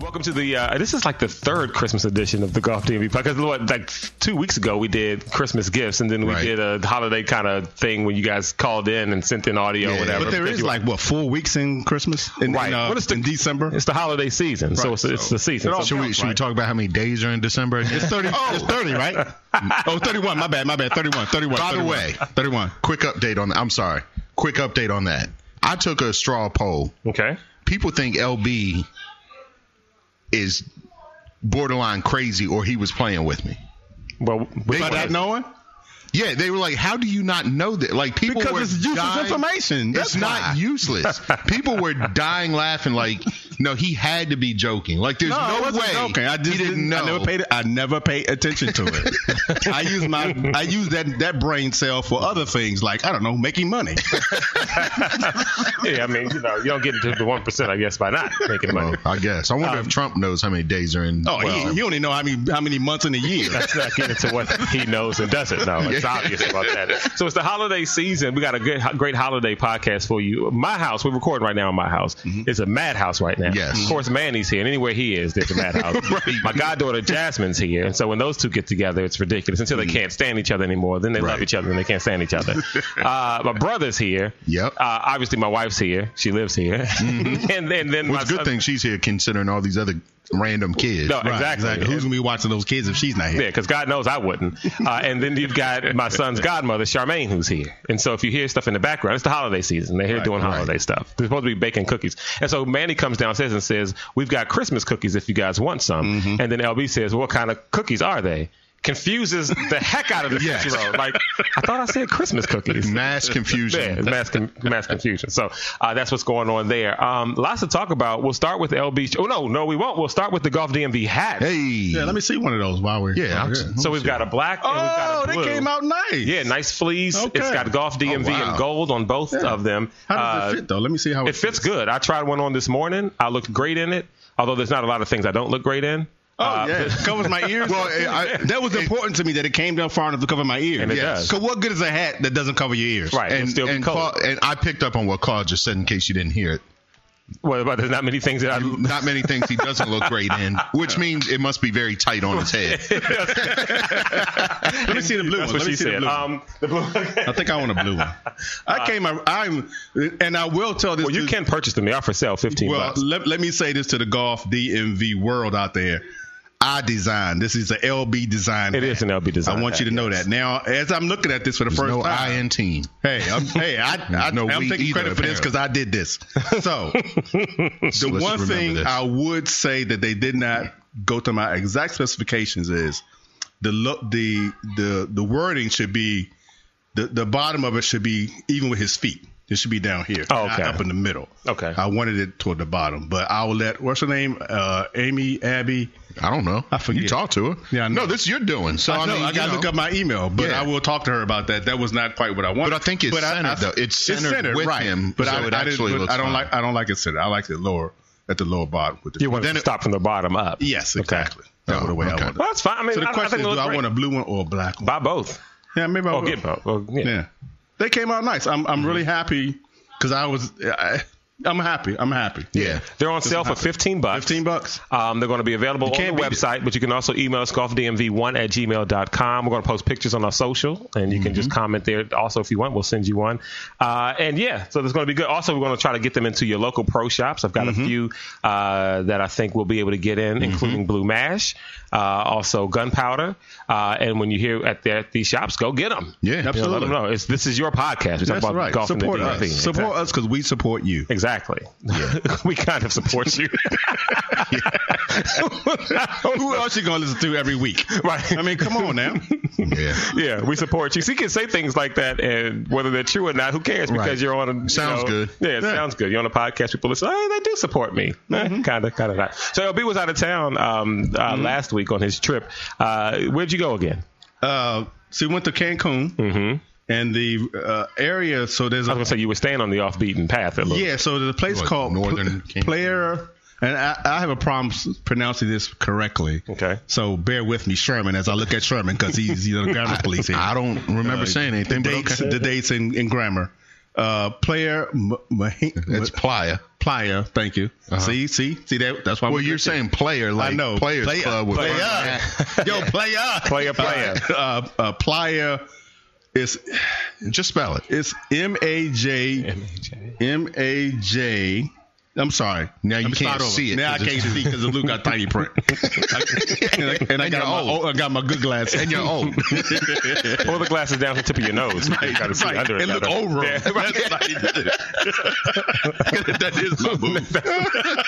Welcome to the. Uh, this is like the third Christmas edition of the Golf DMV podcast. What, like two weeks ago, we did Christmas gifts, and then we Right. did a holiday kind of thing when you guys called in and sent in audio, or Yeah, whatever. But there Thank is you. like what four weeks in Christmas in, in, Right. uh, What is the- in December. it's the holiday season, so Right, it's, it's so the season. So- should we should we right. talk about how many days are in December? It's thirty. oh, it's thirty, right? Oh, 31. My bad. My bad. 31. 31. By 31, the way, 31. quick update on. I'm sorry. Quick update on that. I took a straw poll. Okay. People think LB is borderline crazy, or he was playing with me. Well, we, By not knowing, Yeah, they were like, "How do you not know that?" Like people because were it's useless dying- information. That's It's not you. useless. People were dying laughing. Like, no, he had to be joking. Like, there's I no, wasn't way. joking. I just he didn't, know. I never paid. I never paid attention to it. I use my. I use that that brain cell for other things like I don't know, making money. yeah, I mean, you know, you don't get into the one percent, I guess, by not making money. Well, I guess. I wonder if Trump knows how many days are in. Um, Oh, well, you, you only know how many how many months in a year. Let's not get into what he knows and doesn't know. It's obvious about that. So it's the holiday season. We got a good, great holiday podcast for you. My house, we're recording right now in my house. It's a madhouse right now. Mm-hmm. Yes. Of course, Manny's here, and anywhere he is, there's a madhouse. My goddaughter Jasmine's here, and so when those two get together, it's ridiculous until they can't stand each other anymore. Then they love Mm-hmm. Right. each other, and they can't stand each other. uh, my brother's here. Yep. Uh, obviously, my wife's here. She lives here. and, and then well, my it's a good son- thing she's here considering all these other random kids. No, Right. exactly. Exactly. Who's gonna be watching those kids if she's not here? Yeah, because God knows I wouldn't. Uh, and then you've got my son's godmother, Charmaine, who's here. And so if you hear stuff in the background, it's the holiday season. They're here doing holiday stuff. They're supposed to be baking cookies. And so Manny comes downstairs and says, We've got Christmas cookies if you guys want some. Mm-hmm. And then LB says, What kind of cookies are they? Confuses the heck out of the Yes. yes. Like, I thought I said Christmas cookies. Mass confusion. Yeah, mass, con- mass confusion. So uh, that's what's going on there. Um, lots to talk about. We'll start with LB. Oh, no, no, we won't. We'll start with the Golf DMV hat. Hey. Yeah, let me see one of those while we're. Yeah, while I'm- we're here. So we've got a black and we've Oh, got a they blue. came out nice. Yeah, nice fleas. Okay. It's got golf Oh, DMV wow. and gold on both of them. How does Uh, it fit though? Let me see how it fits good. I tried one on this morning. I looked great in it. Although there's not a lot of things I don't look great in. Oh Uh, yeah, it covers my ears. Well, I- I- that was important to me that it came down far enough to cover my ears. And it does. Cause what good is a hat that doesn't cover your ears? Right. it'll and, still be and, cold. Claude- and I picked up on what Claude just said in case you didn't hear it. Well, but there's not many things that I. Not many things he doesn't look great in, which means it must be very tight on his head. Let me see the blue That's one. what Let she me see the said. blue one. Uh, Um, the blue. I think I want a blue one. I came. I- I'm, and I will tell this. well, you to- can purchase them. They are for sale, fifteen Well, bucks. let, let me say this to the golf DMV world out there. I designed this. Is an LB design. It is an LB design I want you to know that. Now, as I'm looking at this for the first no I time, in team. Hey, I'm, hey, I, I No, I'm we taking either, credit for this because I did this. So, So the let's one remember thing this. I would say that they did not go to my exact specifications is the look, the the the wording should be the the bottom of it should be even with his feet. It should be down here, Oh, not okay. up in the middle. Okay. I wanted it toward the bottom, but I will let what's her name, uh, Amy Abby. I don't know. I forget. You talk to her. Yeah, I know. No, this you're doing. So I, I, know, mean, I gotta you look know. up my email, but Yeah. I will talk to her about that. That was not quite what I wanted. But I think it's centered, though. It's centered with right. him, But so I, it I didn't- actually but looks I don't fine. like. I don't like it centered. I like it lower at the lower bottom. With the you want it to stop from the bottom up. Yes, exactly. That was the way okay. I wanted. Well, that's fine. I mean, So the I, I question think is, they do look I great. want a blue one or a black one? buy both. yeah, maybe I Oh, will. get both. Well, yeah. Yeah, they came out nice. I'm I'm really happy because I was. I, I'm happy. I'm happy. Yeah. They're on sale for fifteen bucks. Fifteen bucks. Um, they're going to be available on the can't beat it. website, but you can also email us golfdmv1 at gmail.com. We're going to post pictures on our social, and you can Mm-hmm. just comment there. Also, if you want, we'll send you one. Uh, and yeah, so that's going to be good. Also, we're going to try to get them into your local pro shops. I've got Mm-hmm. a few uh, that I think we'll be able to get in, including Blue Mash, uh, also Gunpowder. Uh, and when you hear at, the, at these shops, go get them. Yeah. You know, let them know. It's, this is your podcast. We talk That's about right. golf in the Support us. DMV. Support us because we support you. Exactly. Exactly. we kind of support you. Who else you gonna listen to every week? Right. I mean, come on now. Yeah. yeah, we support you. So you can say things like that, and whether they're true or not, who cares? Because Right. you're on. A, you Sounds know- good. Yeah, it Yeah. Mm-hmm. sounds good. You're on a podcast. People listen. Hey, they do support me. Kind of, kind of not. So LB was out of town um, uh, last week on his trip. Uh, where'd you go again? Uh, so we went to Cancun Mm-hmm. and the uh, area. So there's I was a gonna say you were staying on the off beaten path a little. yeah. So there's a place What, called Northern Pl- Cancun? Player, and I, I have a problem s- pronouncing this correctly. Okay. So bear with me, Sherman, as I look at Sherman because he's you know the grammar police here. I don't remember Uh, saying anything, but dates, okay. the dates in, in grammar. Uh, player, m- It's it's Playa. Playa. Thank you. See, see, see that. That's why. Uh-huh. Well, we- you're saying player like I know. Players Playa, Club with playa. yo player, Playa, playa. Uh, uh, playa is Just spell it. it's M A J M A J. I'm sorry. Now you Let me can't start over. see it Now I 'cause can't it's- see because the Luke got tiny print. and I, and I And got you're my old. old- I got my good glasses. And you're old. Pull the glasses down to the tip of your nose. You gotta see Right. under it. It look better. over. Yeah. That's like- that is my move.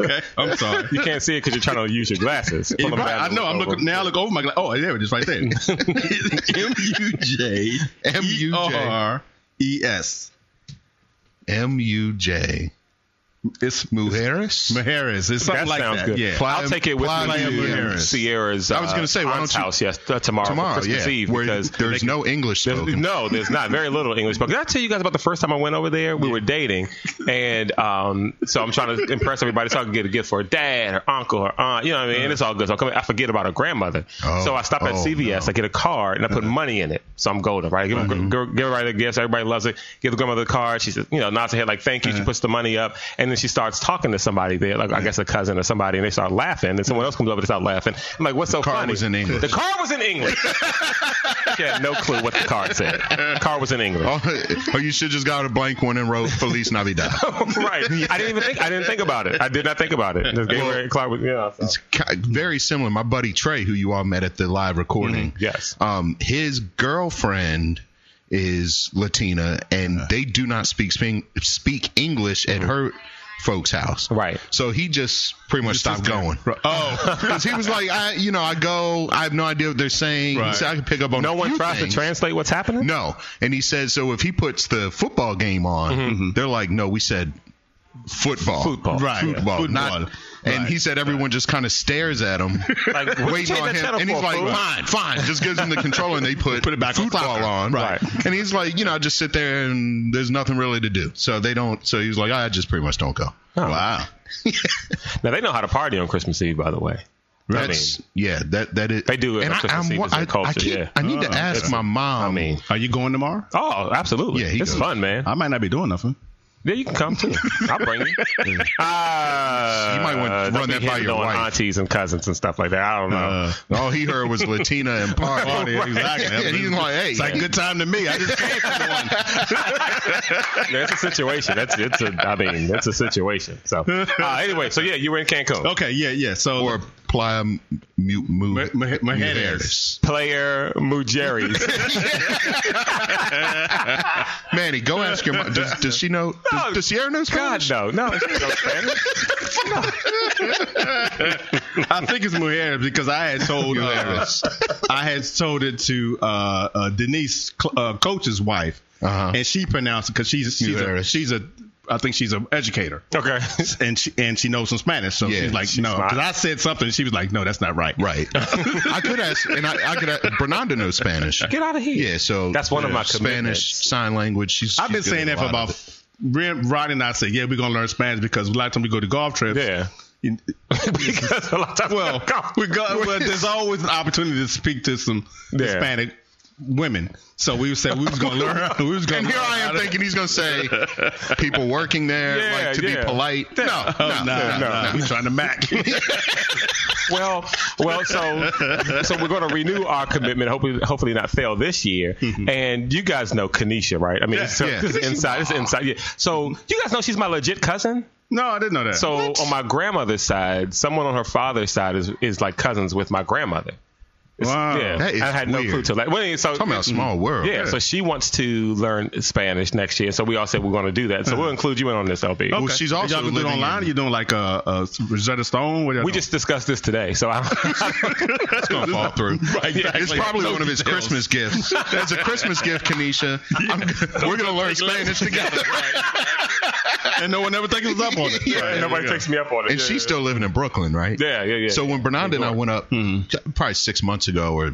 okay, I'm sorry. You can't see it because you're trying to use your glasses. Pull them Right, down I and know. look I'm over. looking now. I look over my glass. Oh, there it is, right there. M U J M E U J R E S. M U J. It's Mujeres. Mujeres. It's something That like sounds that. good. Yeah. I'll take it with Playa me to Mujeres. Sierra's. Uh, I was gonna say, why aunt's don't you- house yes uh, tomorrow, for Tomorrow, Christmas yeah. Eve where because there's no English There's- spoken. No, there's not. Very little English spoken. Did I tell you guys about the first time I went over there? We were dating, and um, so I'm trying to impress everybody so I can get a gift for her dad, her uncle, her aunt. You know what I mean? And it's all good. So I, come, I forget about her grandmother. Oh, so I stop at oh, CVS, I get a card, and I put money in it. So I'm golden, right? I give, mm give everybody the gifts. Everybody loves it. Give the grandmother the card. She says, you know, nods her head like, thank you. She puts the money up, and then she starts talking to somebody there, like I guess a cousin or somebody, and they start laughing. And someone else comes over and starts laughing. I'm like, what's so card funny? was in English. The card was in English. She had no clue what the card said. The card was in English. Oh, or you should just got a blank one and wrote Feliz Navidad. right. I didn't even think. I didn't think about it. I did not think about it. Just gave her a card with- yeah. so. it's ki- very similar. My buddy Trey, who you all met at the live recording, Mm, yes. um, his girlfriend is Latina, and Uh. they do not speak sping, speak English at her folks' house. Mm. Right. So he just pretty much stopped going. Oh, because he was like, I, you know, I go, I have no idea what they're saying. Right. He said I can pick up on No a one few tries to things. translate what's happening. No, and he said so. If he puts the football game on, they're like, no, we said football, Mm-hmm. Football. right? Football, Football. not. Right. And he said everyone just kind of stares at him, Like, what you waiting change on that him, channel and he's for, like, fool? fine, fine. Just gives him the controller, and they put Put it back on football soccer. on, Right. And he's like, you know, I just sit there, and there's nothing really to do. So they don't. So he's like, I just pretty much don't go. Oh. Wow. Now they know how to party on Christmas Eve, by the the way. That's yeah. That that is. They do it And on I, Christmas I'm, Eve, wa- it's a I, I, culture, keep- yeah. Oh, I need to ask my mom. I mean, Are you going tomorrow? oh, absolutely. Yeah, he it's goes. fun, man. I might not be doing nothing. Yeah, you can come too. I'll bring you. Uh, you might want to run that by your on wife. Uh. aunties and cousins and stuff like that. I don't know. all he heard was Latina and party. Uh, Right. Exactly. and he's like, hey, It's like good time to me. I just came from one. That's a situation. That's it's a. I mean, that's a situation. So uh, anyway, so yeah, you were in Cancun. Okay, yeah, yeah. So or playa mu- mu- Ma- Ma- Mujeres. Player Mujeris. Manny, go Uh, ask your mom. Does, does she know? Oh, Does, does Sierra know God Spanish? no, no, she knows Spanish. I think it's Mujeres because I had told uh, I had told it to uh, uh, Denise, Cl- uh, Coach's wife, Uh-huh. and she pronounced it because she's she's a, Mujeres. she's a I think she's an educator. Okay. And she and she knows some Spanish, so Yeah, she's like, she's no, smart. because I said something, she was like, no, that's not right. Right. I could ask, and I, I could. Ask, Bernardo knows Spanish. Get out of here. Yeah, so That's one of my commitments. Spanish sign language. She's. I've been she's good saying at that a for lot about. of it. Ron and I said, yeah, we're gonna learn Spanish because a lot of times we go to golf trips. Yeah. You- because a lot of times well, we go, well, there's always an opportunity to speak to some Yeah. Hispanic women. So we said we was gonna learn. We was gonna. And here learn I how am to- thinking he's going to say people working there Yeah, like to yeah. be polite. No, no, Oh, no, no, no, we trying to mac. well, well, so so we're going to renew our commitment. Hopefully, hopefully not fail this year. And you guys know Mm-hmm. Kanisha, right? I mean, so yeah. this is Mm-hmm. inside. This is inside. Yeah. So you guys know she's my legit cousin. no, I didn't know that. So on my grandmother's side, someone on her father's side Oh, is is like cousins with my grandmother. It's- Wow. Yeah, That is I had no weird. clue till that. Well, anyway, so Talking about small world. yeah, so she wants to learn Spanish next year. So we all said we're going to do that. So we'll include you in on this, LB. Okay. she's Y'all also gonna do it living online. in- You're doing like uh, uh, Rosetta Stone. What y'all We doing? just discussed this today, so I It's gonna fall through. exactly. It's probably one of his Christmas gifts. That's a Christmas gift, Kenesha. I'm g- we're gonna learn Spanish together. and no one ever takes us up on it. Yeah, Right. nobody takes me up on it. And Yeah, she's yeah. still living in Brooklyn, right? Yeah, yeah, yeah. Mm-hmm. So when Bernard and I went up, t- probably six months ago or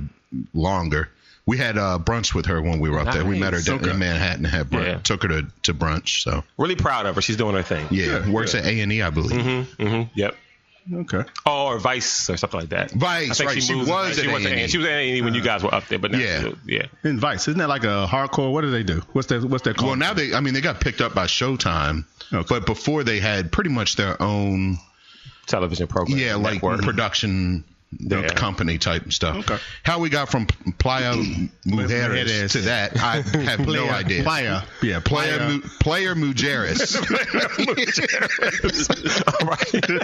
longer, we had uh, brunch with her when we were up there. We met her Nice. down in Manhattan and had brunch. Yeah. Took her to, to brunch. So really proud of her. She's doing her thing. yeah, works at A and E, I believe. hmm Yep. Okay. Oh, or Vice or something like that. Vice, I think right. She moved- was she at was A&E. She was at A&E E when you guys were up there, but now Yeah. she- yeah. And Vice, isn't that like a hardcore? What do they do? What's that? What's that called? Well, now they, I mean, they got picked up by Showtime, Okay. but before they had pretty much their own, Television program. yeah, like network. production Yeah. company type stuff. Okay. How we got from Playa Mujeres Mujeres. to that, I have no idea. Player. Yeah, Player, player. Mu- player Mujeres. All right.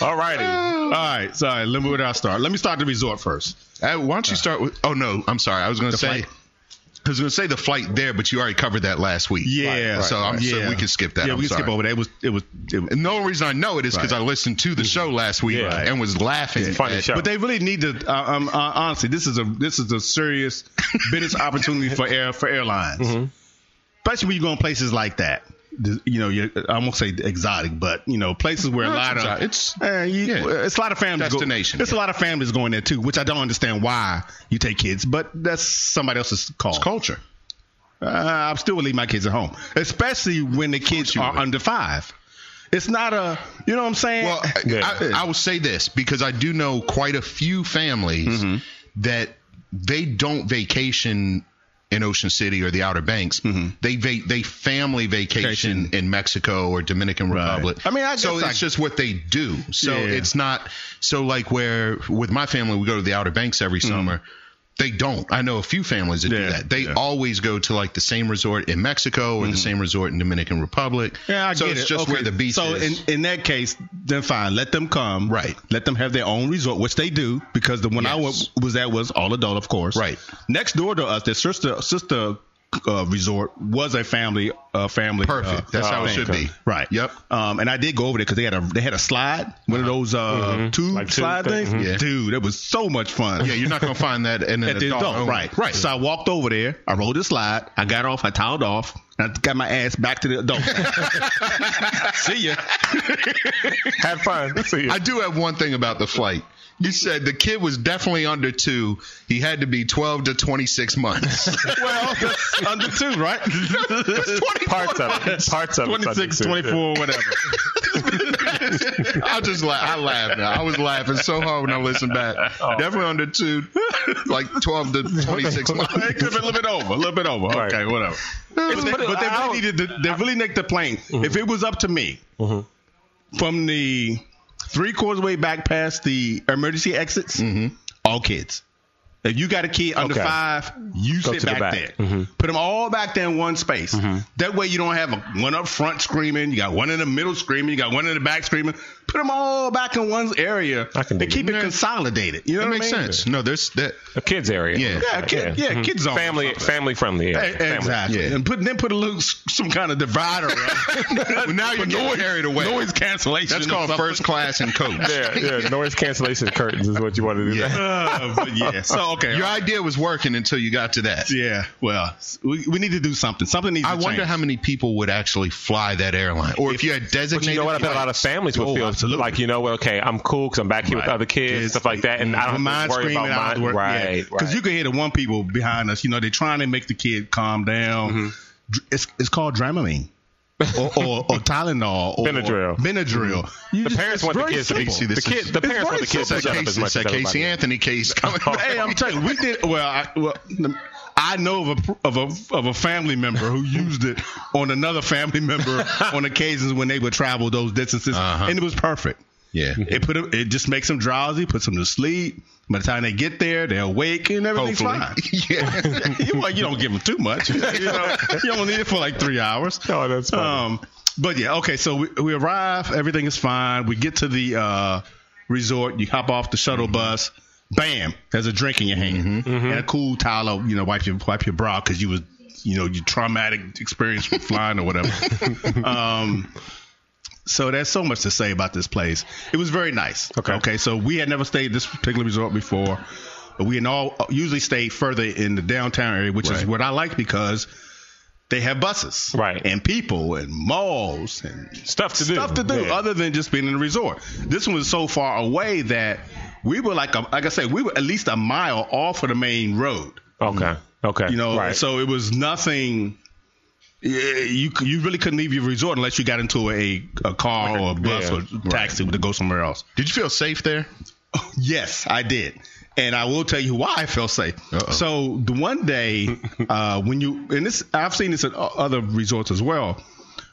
All righty. All right. Sorry. Let me where do I start. Let me start the resort first. Uh, why don't you start with? Oh no, I'm sorry. I was going to say. flight? I was going to say the flight there, but you already covered that last week. Yeah. so I'm yeah. so we can skip that. Yeah, I'm we can sorry. skip over that. It was. It was. It was And the only reason I know it is because Right. Mm-hmm. I listened to the show last week Yeah. and was laughing. Funny at- show. But they really need to. Uh, um, uh, honestly, this is a this is a serious business opportunity for air for airlines, Mm-hmm. especially when you go in places like that. The- You know, you're, I won't say exotic, but you know, places where No, a it's lot of exotic. It's- Eh, you- yeah. it's a lot of families. go- Destination, it's a yeah. lot of families going there too, which I don't understand why you take kids, but that's somebody else's call. It's culture. Uh, I'm still would leave my kids at home, especially when the kids you are would. under five. It's not a, you know what I'm saying? Well, I- Yeah. I, I will say this because I do know quite a few families Mm-hmm. that they don't vacation in Ocean City or the Outer Banks. Mm-hmm. They va- they family vacation, in Mexico or Dominican Republic. I mean, I so guess it's I- just what they do. So Yeah. it's not so like where with my family we go to the Outer Banks every summer. They don't. I know a few families that do Mm-hmm. Yeah, that. They yeah. Mm-hmm. always go to like the same resort in Mexico or the same resort in Dominican Republic. Yeah, I so get it's it. just Okay. where the beach so is. in in that case, then fine. Let them come. Right. Let them have their own resort, which they do because the one I Yes. was, was at was all adult, of course. Right. Next door to us, their sister sister uh, resort was a family uh, family. Perfect. uh, That's how it thing. should be. Right. Yep. Uh-huh. Um, and I did go over there because they had a they had a slide, one of those uh, tube Like tube slide thing. things. Yeah. Dude, it was so much fun. Mm-hmm. Yeah, you're not gonna find that in an At the adult, adult, only. right, right. So I walked over there. I rolled the slide. I got off. I toweled off. And I got my ass back to the adult. See ya. Have fun. See you. I do have one thing about the flight. You said the kid was definitely under two. He had to be 12 to 26 months. Well, that's under two, right? parts of it. Parts of it. 26, 24, whatever. I just la- I laughed now. I was laughing so hard when I listened back. Definitely under two, like 12 to 26 It could months. have been a little bit over, a little bit over. Right. Okay, whatever. But they, but but they I don't- really needed. To, they really nicked the plane. Mm-hmm. If it was up to me, from the three quarters way back past the emergency exits, all kids. If you got a kid under Mm-hmm. Okay. five, you Go sit to the back, back. Mm-hmm. there. Put them all back there in one space. That way you don't have a, one up front screaming, you got one in the middle screaming, you got one in the back screaming. Put them all back in one area I can and dig keep it consolidated. You know That what I makes mean? sense. No, there's that. A kids area. Mm-hmm. Yeah. Yeah, kid, yeah, kids on Family, family friendly. Area. Family. Exactly. Yeah. And put then put a little some kind of divider. up. now you're But getting carried away. Noise cancellation. That's or called something. first class and coach. Yeah, yeah. Noise cancellation curtains is what you want to do. Yeah. Uh, but yeah. So okay. Your idea was working until you got to that. yeah. Well, we, we need to do something. Something needs I to wonder change. how many people would actually fly that airline, or if, you had But designated. you know what? I bet a lot of flights. families would Oh, feel absolutely. like, you know, well, okay, I'm cool because I'm back here with Right. other kids, Kids, stuff like that, and I don't have mind to worry screaming about out mine. the word. right, Because you can hear the one people behind us. You know, they're trying to make the kid calm down. Mm-hmm. Dr- It's it's called Dramamine. or, or, or Tylenol or Benadryl. Mm-hmm. Benadryl. You the just- parents it's want the very kids to be. simple. See, The, this kid, is- the it's parents want the kids to It's shut that up as Casey, much it's as that everybody. Casey else. Anthony case coming. Hey, I'm telling you, we did well. I, well, I know of a, of a of a family member who used it on another family member on occasions when they would travel those distances, Uh-huh. and it was perfect. yeah. It put 'em- it just makes them drowsy, puts them to sleep. By the time they get there, they're awake and everything's Hopefully. yeah. fine. you, well, you don't give them too much. You, know, you don't need it for like three hours. Oh, that's funny. Um, but yeah, okay. So we, we Mm-hmm. arrive, everything is fine. We get to the uh, resort. You hop off the shuttle bus. bam, there's a drink in your hand and a cool towel. Of, you know, wipe your wipe your brow because you was you know your traumatic experience with flying or whatever. um, so there's so much to say about this place. It was very nice. Okay. Okay. So we had never stayed at this particular resort before, but we had all usually stayed further in the downtown area, which is Right. what I like because they have buses, Right. and people and malls and Stuff to do. stuff to do Yeah. other than just being in a resort. This one was so far away that we were like, a, like I said, we were at least a mile off of the main road. Okay. Okay. Mm. You know, Right. so it was nothing. yeah, You c- you really couldn't leave your resort unless you got into a a car or a bus yeah, or taxi to go somewhere else. Did you feel safe there? Yes, I did. And I will tell you why I felt safe. Uh-oh. So the one day uh, when you and this, I've seen this at o- other resorts as well.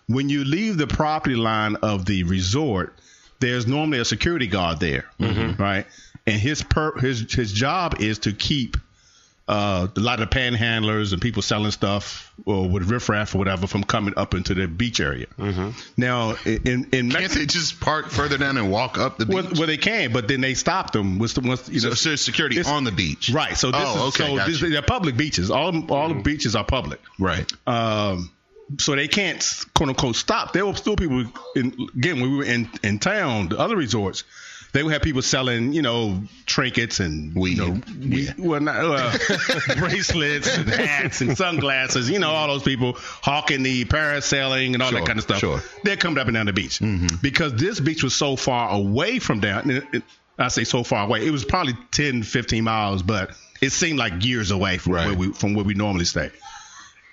When you leave the property line of the resort, there's normally a security guard there, right? And his per, his his job is to keep uh, a lot of panhandlers and people selling stuff or with riffraff or whatever from coming up into the beach area. Now in in Can't Mexico, they just park further down and walk up the beach? well, well, they can, but then they stop them. Once, the- once, you know, so, so there's security it's- on the beach. Right. So this Oh, is okay, so got this, you. they're public beaches. All all the beaches are public. Right. Um, so they can't quote unquote stop. There were still people in, again when we were in in town, the other resorts. They would have people selling, you know, trinkets and Weed. you know, we- Yeah. well, not, uh, bracelets and hats and sunglasses. You know, all those people hawking the parasailing and all Sure, that kind of stuff. sure. Mm-hmm. They're coming up and down the beach because this beach was so far away from down. it- it- I say so far away. It was probably 10, 15 miles, but it seemed like years away from Right. where we from where we normally stay.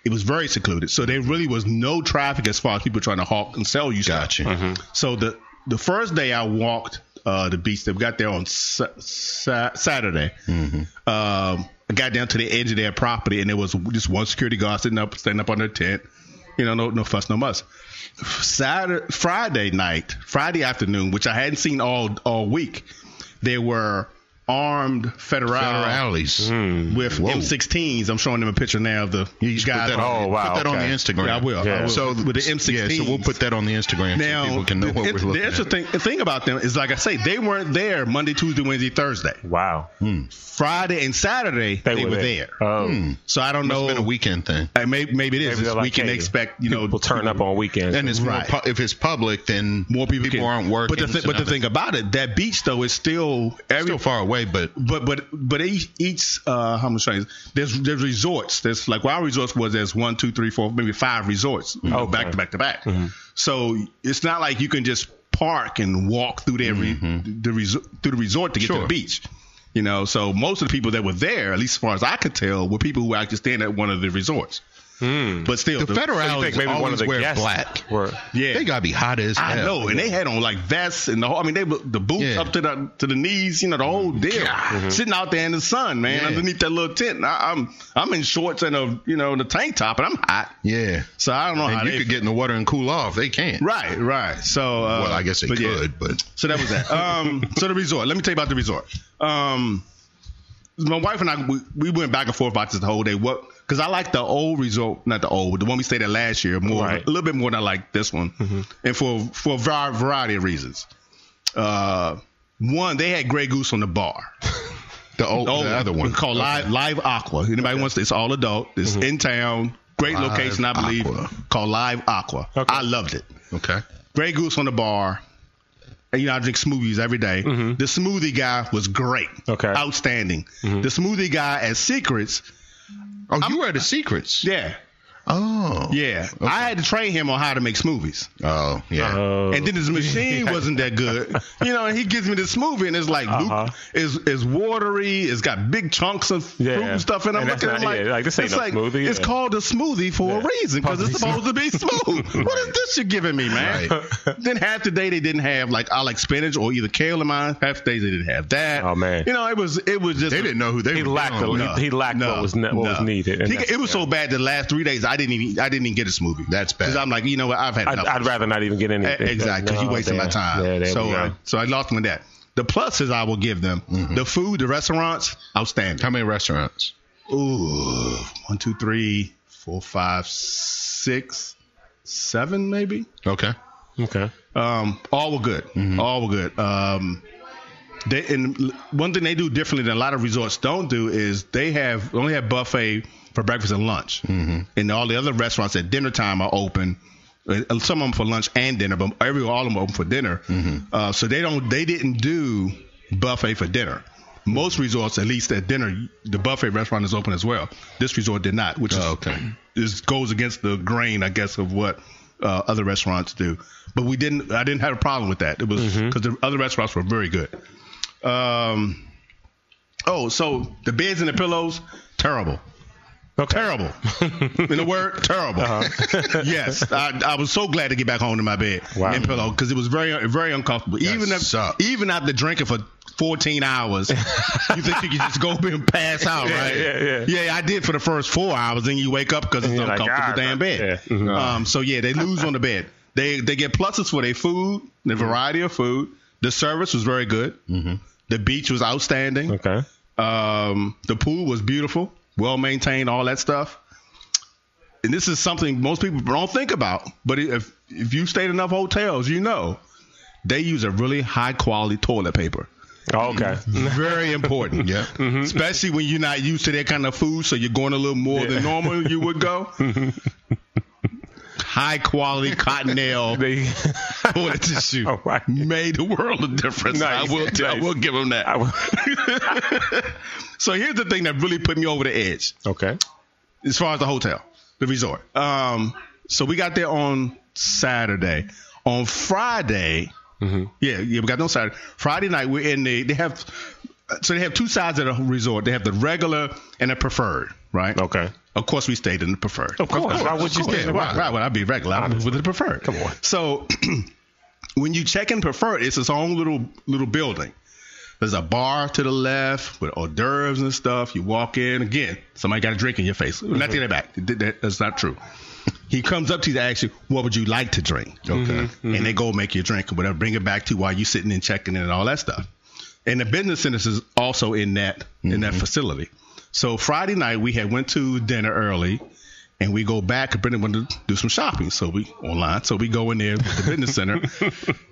It was very secluded, so there really was no traffic as far as people trying to hawk and sell you Gotcha. stuff. So the the first day I walked uh, the beach, that we got there on sa- sa- Saturday. Um, I got down to the edge of their property, and there was just one security guard sitting up, standing up on their tent. You know, no, no fuss, no muss. Saturday, Friday night, Friday afternoon, which I hadn't seen all all week, there were armed federal, Outer alleys. with M16s. I'm showing them a picture now of the You should guys. put that, on- on, Oh, wow, put that on okay. the Instagram. Yeah, I will, I will. So With the M16s. Yeah, so we'll put that on the Instagram now, so people can know the, what it- we're looking there's at. the thing. The thing about them is, like I say, they weren't there Monday, Tuesday, Wednesday, Thursday, wow. Friday, and Saturday. They, were, there. Mm. Oh. So I don't Must know. have been a weekend thing. Uh, may- maybe, it is. Maybe they're we like, can hey, expect you know People turn up on weekends. And it's Right. more pu- if it's public, then more people, can- aren't working. But the, it's thi- but the another- thing about it, that beach though is still every still far away, but but but but each, each uh how much is there's there's resorts there's like where our resorts was there's one two three four maybe five resorts you know, Okay. back to back to back so it's not like you can just park and walk through the every the resort through the resort to get to the Sure. beach you know so most of the people that were there at least as far as I could tell were people who actually stayed at one of the resorts but still the federal I alleys think maybe always one of the wear guests black. were- yeah They gotta be hot as I hell. know, and they had on like vests and the whole. I mean, they were- the boots Yeah. Mm-hmm. up to the to the knees, you know, the whole deal. Sitting out there in the sun, man, Yeah. underneath that little tent. And I, I'm I'm in shorts and a you know the tank top, and I'm hot. Yeah. So I don't know how And they you could get in the water and cool off. They can't. right, right. So uh, Well, I guess they but could, yeah. but So that was that. Um, so the resort. Let me tell you about the resort. Um, my wife and I we, we went back and forth about this the whole day. What? Because I like the old resort, not the old, but the one we stayed at last year more, Right. a little bit more than I like this one, Mm-hmm. and for for a var- variety of reasons. Uh, one, they had Grey Goose on the bar. the old, Oh, the other one Mm-hmm. called Live Live Aqua. Anybody wants it's all adult. It's in town. Great Live location, I believe. Aqua. Called Live Aqua. I loved it. Okay. Grey Goose on the bar. And, you know, I drink smoothies every day. The smoothie guy was great. Okay. Outstanding. The smoothie guy at Secrets, Oh, you were at the secrets. yeah. Oh. Yeah. I had to train him on how to make smoothies. Oh, yeah. Oh. And then his machine wasn't that good. You know, and he gives me this smoothie and it's like Uh-huh. Luke is is watery, it's got big chunks of fruit Yeah. and stuff and I'm And that's looking at it not- like, yeah, like, this ain't it's no smoothie, It's yeah. called a smoothie for a Yeah. reason because it's supposed Probably to be smooth. What is this you're giving me, man? Right. then half the day they didn't have like I like spinach or either kale in mine. Half the days they didn't have that. Oh, man. You know, it was it was just They didn't know who they he were. lacked dealing a, with. he, he lacked what was ne- what was needed. and He- that's- it was so bad the last three days I didn't even I didn't even get a smoothie. That's bad. 'Cause I'm like, you know what, I've had I'd, enough. I'd rather not even get anything. E- Exactly, because No, you're wasting my damn. time. Yeah, there so, we go. uh, so I lost him with that. The pluses I will give them: the food, the restaurants, outstanding. Mm-hmm. How many restaurants? Ooh, one, two, three, four, five, six, seven, maybe. Okay. okay. Mm-hmm. Um, all were good. All were good. Um, They and l- one thing they do differently than a lot of resorts don't do is they have only have buffet for breakfast and lunch, mm-hmm. and all the other restaurants at dinner time are open. Uh, Some of them for lunch and dinner, but every all of them open for dinner. Uh, so they don't they didn't do buffet for dinner. Most resorts, at least at dinner, the buffet restaurant is open as well. This resort did not, which is is goes against the grain, I guess, of what uh, other restaurants do. But we didn't. I didn't have a problem with that. It was because the other restaurants were very good. Um, oh, so the beds and the pillows, terrible. Okay. Uh-huh. Terrible. In a word, terrible. yes, I, I was so glad to get back home to my bed Wow. and pillow because it was very, very uncomfortable. even if, sucked. even after drinking for 14 hours, you think you can just go up and pass out, right? yeah, yeah. I did for the first four hours, then you wake up because it's you're like, uncomfortable "God, damn bro." bed. Yeah. Mhm. Um, so yeah, they lose on the bed. They they get pluses for their food, the Mm-hmm. variety of food. The service was very good. Mm-hmm. The beach was outstanding. Okay. Um, the pool was beautiful, well maintained, all that stuff. And this is something most people don't think about. But if if you stayed enough hotels, you know they use a really high quality toilet paper. Oh, Okay. Very important, Yeah. Mm-hmm. especially when you're not used to that kind of food, so you're going a little more than normal you would go. Mm-hmm. High quality cottonelle They- toilet tissue All right. made the world a difference. Nice, I will, I nice. will give them that. I will- so here's the thing that really put me over the edge okay. as far as the hotel, the resort. Um, so we got there on Saturday. On Friday, Mm-hmm. yeah, yeah, we got there on Saturday. Friday night, we're in the. They have, so they have two sides of the resort. They have the regular and the preferred, right? Okay. Of course, we stayed in the preferred. Of course. Why would you course. stay in the why, regular? why would I be regular? I was with the preferred. Come on. So when you check in preferred, it's its own little little building. There's a bar to the left with hors d'oeuvres and stuff. You walk in again. Somebody got a drink in your face. Not to that back. That- that- That's not true. He comes up to you to ask you, "What would you like to drink?" Okay, Mm-hmm. and they go make you a drink or whatever. Bring it back to you while you're sitting and checking in and all that stuff. And the business centers is also in that in that facility. So Friday night we had went to dinner early, and we go back. and Brendan wanted to do some shopping, so we online. So we go in there, the business center.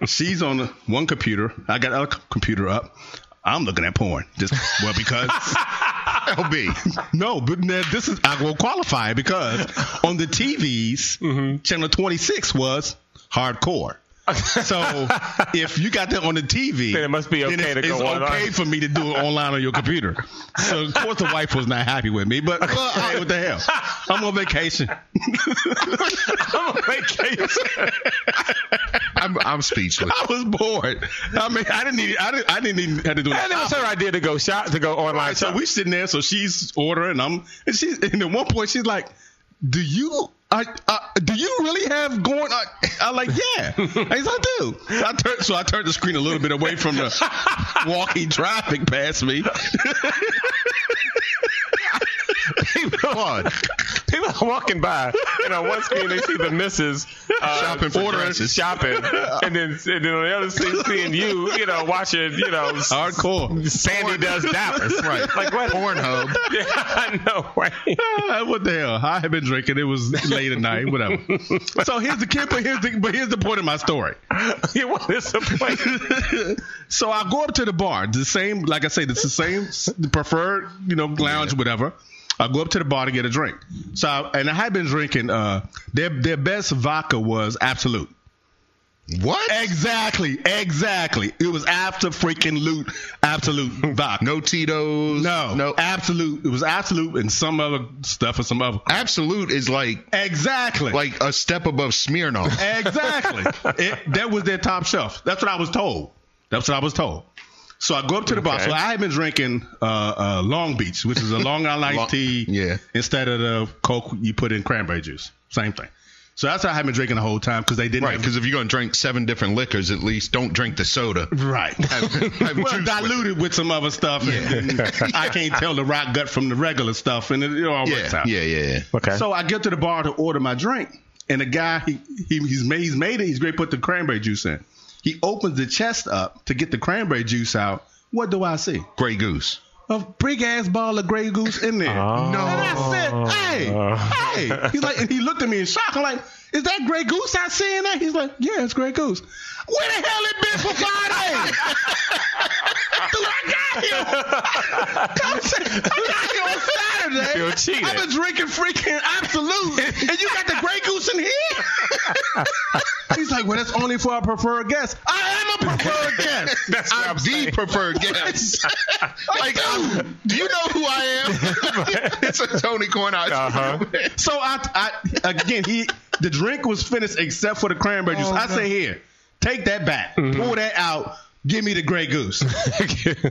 She's on one computer. I got other computer up. I'm looking at porn. Just well because LB. no, but now this is I will qualify it because on the TVs, Mm-hmm. channel 26 was hardcore. so if you got that on the TV, Then it must be then okay it's, to go it's online. okay for me to do it online on your computer. So of course the wife was not happy with me, but well, hey, what the hell? I'm on vacation. I'm on vacation. I'm, I'm speechless. I was bored. I mean, I didn't need. I didn't. I didn't even have to do And it that. was her idea to go shop to go online So shop. we sitting there. So she's ordering. I'm. And she. And at one point, she's like, "Do you? I, I, do you really have going?" I, I like, "Yeah." I said, "I do." So I turned. So I turned the screen a little bit away from the walking traffic past me. Claude, People are walking by, and on one screen they see the missus uh, Shopping for dresses. shopping, and then and then on the other screen seeing you, you know, watching, you know, s- Hardcore. Sandy does dappers, Right. Like what? Pornhub. Yeah, I know, right? Ah, what the hell? I had been drinking. It was late at night. Whatever. so here's the kid. But here's the. But here's the point of my story. You want this place? so I go up to the bar. The same, like I said, it's the same s- the preferred, you know, lounge, whatever. I go up to the bar to get a drink. So I, and I had been drinking. Uh, their their best vodka was Absolute. what? Exactly, exactly. It was after freaking loot, Absolute vodka. No Tito's. no, No. Absolute. It was Absolute and some other stuff or some other. Absolute is like Exactly. like a step above Smirnoff. Exactly. it, that was their top shelf. That's what I was told. That's what I was told. So I go up to the bar. Okay. So I had been drinking uh, uh, Long Beach, which is a Long Island Long- iced tea yeah. instead of the Coke you put in cranberry juice. Same thing. So that's what I had been drinking the whole time because they didn't. Right, because if you're going to drink seven different liquors, at least don't drink the soda. Right. well, diluted with some other stuff. And I can't tell the rock gut from the regular stuff, and it, it all works Yeah, out. yeah, yeah. Okay. So I get to the bar to order my drink, and the guy he, he he's made he's made it. He's great. Put the cranberry juice in. He opens the chest up to get the cranberry juice out. What do I see? Grey Goose. A big ass ball of Grey Goose in there. Oh. And I said, "Hey, hey!" He's like, and he looked at me in shock. I'm like, is that Grey Goose out saying that? He's like, yeah, it's Grey Goose. Where the hell it been for five days? Dude, I got here. Come say, I got here on Saturday. You're cheating. I've been drinking freaking absolute, and you got the Grey Goose in here. He's like, well, that's only for our preferred guest. I am a preferred guest. That's what I'm, the preferred guest. like, I'm- do you know who I am? it's a Tony Corn ice Uh-huh. cream. So I, I again, he the drink was finished except for the cranberry juice. I say here, take that back, pull that out, give me the Grey Goose.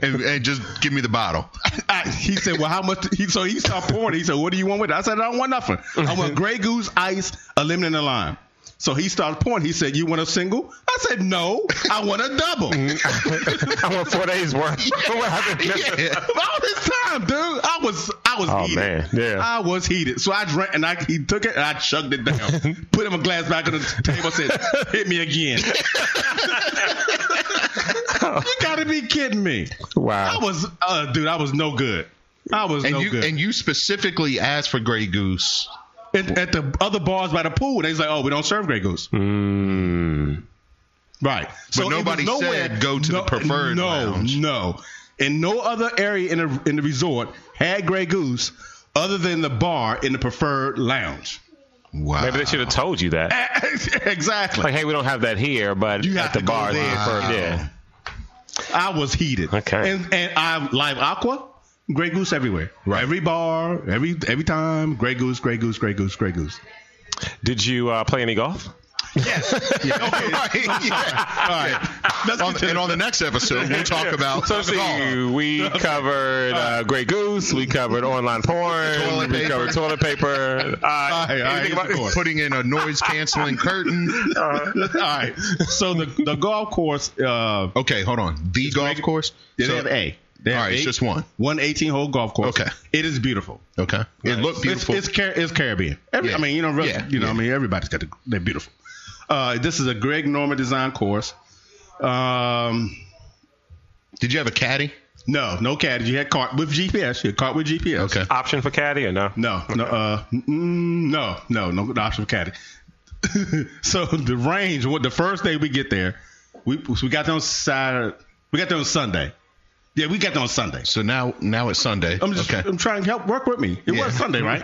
and, and just give me the bottle. I, he said, well, how much? He so he started pouring. it. He said, what do you want with it? I said, I don't want nothing. I want Grey Goose, ice, a lemon, and a lime. So he started pouring. He said, you want a single? I said, no, I want a double. I want four days worth. What happened? All this time, dude, I was I was Oh, heated. man. Yeah. I was heated. So I drank and I he took it and I chugged it down. put him a glass back on the table, said, hit me again. you gotta be kidding me. I Wow. was uh dude, I was no good. I was And no you good. and you specifically asked for Grey Goose. at, at the other bars by the pool, they was like, Oh, we don't serve Grey Goose. Mm. Right. But nobody it was said go to the preferred No, lounge. no. And no other area in the in the resort had Grey Goose other than the bar in the preferred lounge. Wow. Maybe they should have told you that. exactly. Like, hey, we don't have that here, but You at have the to go bar, there. preferred, yeah. I was heated. Okay. And and I live aqua, Grey Goose everywhere. Right. Every bar, every every time, Grey Goose, Grey Goose, Grey Goose, Grey Goose. Did you uh, play any golf? Right, yeah. All right. Let's On- get to and on the next episode, we'll talk about So see, alcohol. we covered uh, Grey Goose, we covered online porn, Toilet we paper. covered toilet paper. Uh, All right, all right, anything here's the about- course. putting in a noise canceling curtain. All right. So the the golf course uh Okay, hold on. The golf course. they So- have A. They have all right, it's eight- just one. One 18 hole golf course. Okay. It is beautiful. Okay, it looked beautiful. It's, it's, Car- it's Caribbean. Every, Yeah. I mean, you know, really, Yeah. you know, I Yeah. mean, everybody's got the, they're beautiful. Uh, this is a Greg Norman design course. Um, Did you have a caddy? no, no caddy. You had cart with GPS. You had cart with GPS. Okay. option for caddy or no? No, no, uh, mm, no, no, no, no option for caddy. so the range. What the first day we get there, we we got there on Saturday. We got there on Sunday. Yeah, we got there on Sunday. So now, now it's Sunday. I'm just okay. I'm trying to help work with me. It Yeah. Mm-hmm. was Sunday, right?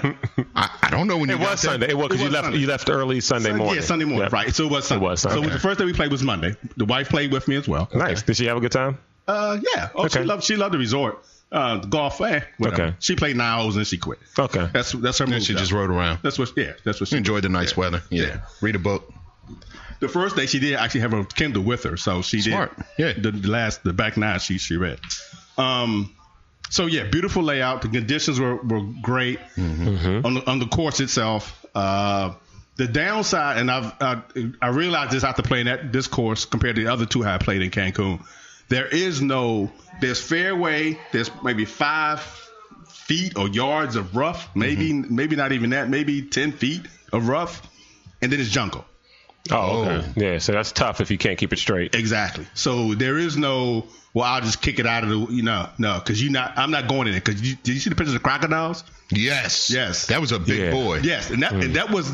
I, I don't know when you It got was there. Sunday. It was because It you was left. Sunday. You left early Sunday morning. Uh, Yeah, Sunday morning, Yep. right? So it was Sunday. was Sunday. So the first day we played was Monday. The wife played with me as well. Nice. Did she have a good time? Uh, yeah. Oh, Okay. she loved she loved the resort. Uh, golf. Eh, whatever. Okay. Oh. She played nine holes and she quit. Okay. That's that's her. move, She though. just rode around. That's what. Yeah. That's what she Enjoyed the nice weather. Yeah. Yeah. Read a book. The first day she did actually have her Kindle with her, so she Smart. did. Yeah. The, the last the back nine she she read. Um. So yeah, beautiful layout. The conditions were, were great on the on the course itself. Uh, the downside, and I've I, I realized this after playing that this course compared to the other two I had played in Cancun, there is no there's fairway. There's maybe five feet or yards of rough, maybe maybe not even that, maybe ten feet of rough, and then it's jungle. Oh, okay. Yeah. So that's tough if you can't keep it straight. Exactly. So there is no. Well, I'll just kick it out of the. You know, no, because you not. I'm not going in it. Because you, did you see the pictures of crocodiles? Yes. Yes. That was a big Yeah. boy. Yes, and that Mm. and that was.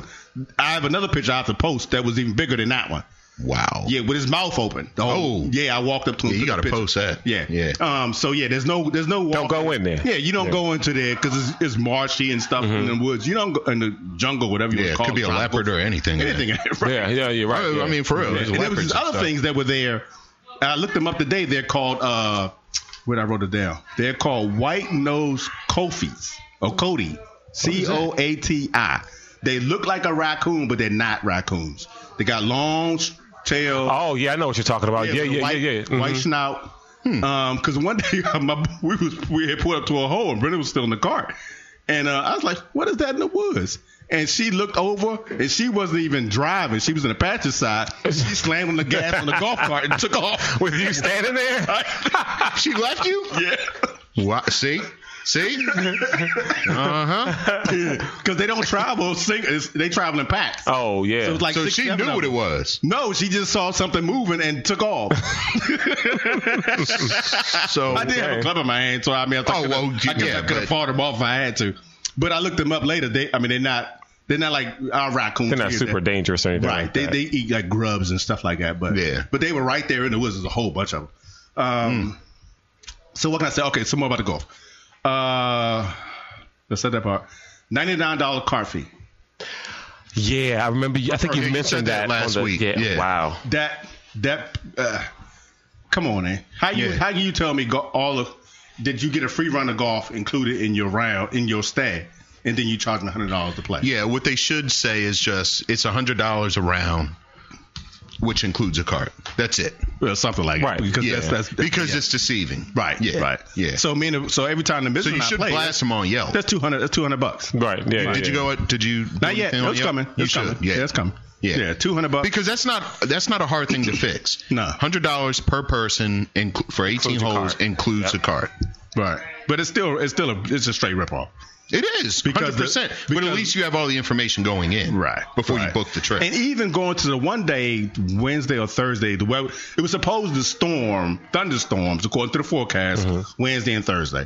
I have another picture I have to post that was even bigger than that one. Wow. Yeah, with his mouth open. The whole- Oh. yeah. I walked up to him. Yeah, you took a gotta picture. post that. Yeah, Yeah. Um. So yeah, there's no, there's no. Don't go in there. Yeah, you don't go into there because it's, it's marshy and stuff in the woods. You don't go in the jungle, whatever you Mm-hmm. Yeah, It want to call could be a tropical- leopard or anything. Anything. right. Yeah. Yeah. You're right. I, I yeah. mean, for real. there's And there was leopards these and other stuff. things that were there. And I looked them up today. They're called uh, what I wrote it down. They're called white nose coatis or cody, C O A T I. They look like a raccoon, but they're not raccoons. They got long s- tail. Oh yeah, I know what you're talking about. Yeah, with a yeah, white, yeah, Hmm. yeah. Mhm. White snout. Um, because one day my, we was we had pulled up to a hole and Brenda was still in the cart, and uh, I was like, "What is that in the woods?" And she looked over, and she wasn't even driving. She was in the passenger side. She slammed on the gas on the golf cart and took off. With you standing there. She left you? Yeah, Why, see? See? because they don't travel sing. it's- They travel in packs. Oh yeah. So it was like So six, she seven knew of what it them. was. No, she just saw something moving and took off. So I did have a Okay. club in my hand, so I mean, Oh, I, thought I well, could have yeah, I could have but- fought them off if I had to. But I looked them up later. They, I mean, they're not They're not like our raccoons. They're not here super that- dangerous or anything. Right. like They that. they eat like grubs and stuff like that. But Yeah. But they were right there in the woods. There's a whole bunch of them. Um, Hmm. So what can I say? Okay, some more about the golf. Uh, let's set that part. Ninety nine dollar cart fee. yeah, I remember. You, I think you Okay, you mentioned said that on last the- week. Yeah, Yeah. Wow. That that. Uh, come on, man. How you Yeah. how can you tell me go, all of did you get a free run of golf included in your round in your stay, and then you charging hundred dollars to play? Yeah, what they should say is just it's hundred dollars a round, which includes a cart. That's it. Well, something like Right. That. Because Yeah, that's, that's, that's because yeah. it's deceiving. right. Yeah. Right. Yeah. So me and so every time the So misery you and I should play, blast them on Yelp. That's two hundred. That's two hundred bucks. Right. Yeah. yeah, Did you yeah. go? Did you? do Not yet. anything on It's Yelp? coming. You It's should. coming. Yeah. Yeah, it's coming. Yeah. Yeah, two hundred bucks. Because that's not that's not a hard thing to fix. No. hundred dollars per person inc- for eighteen Includes a holes cart. includes a cart. right. But it's still it's still a it's a straight rip off. It is Because hundred the- percent. But at because- least you have all the information going in before you Right. book the trip. And even going to the one day Wednesday or Thursday, the weather it was supposed to storm thunderstorms according to the forecast Mm-hmm. Wednesday and Thursday.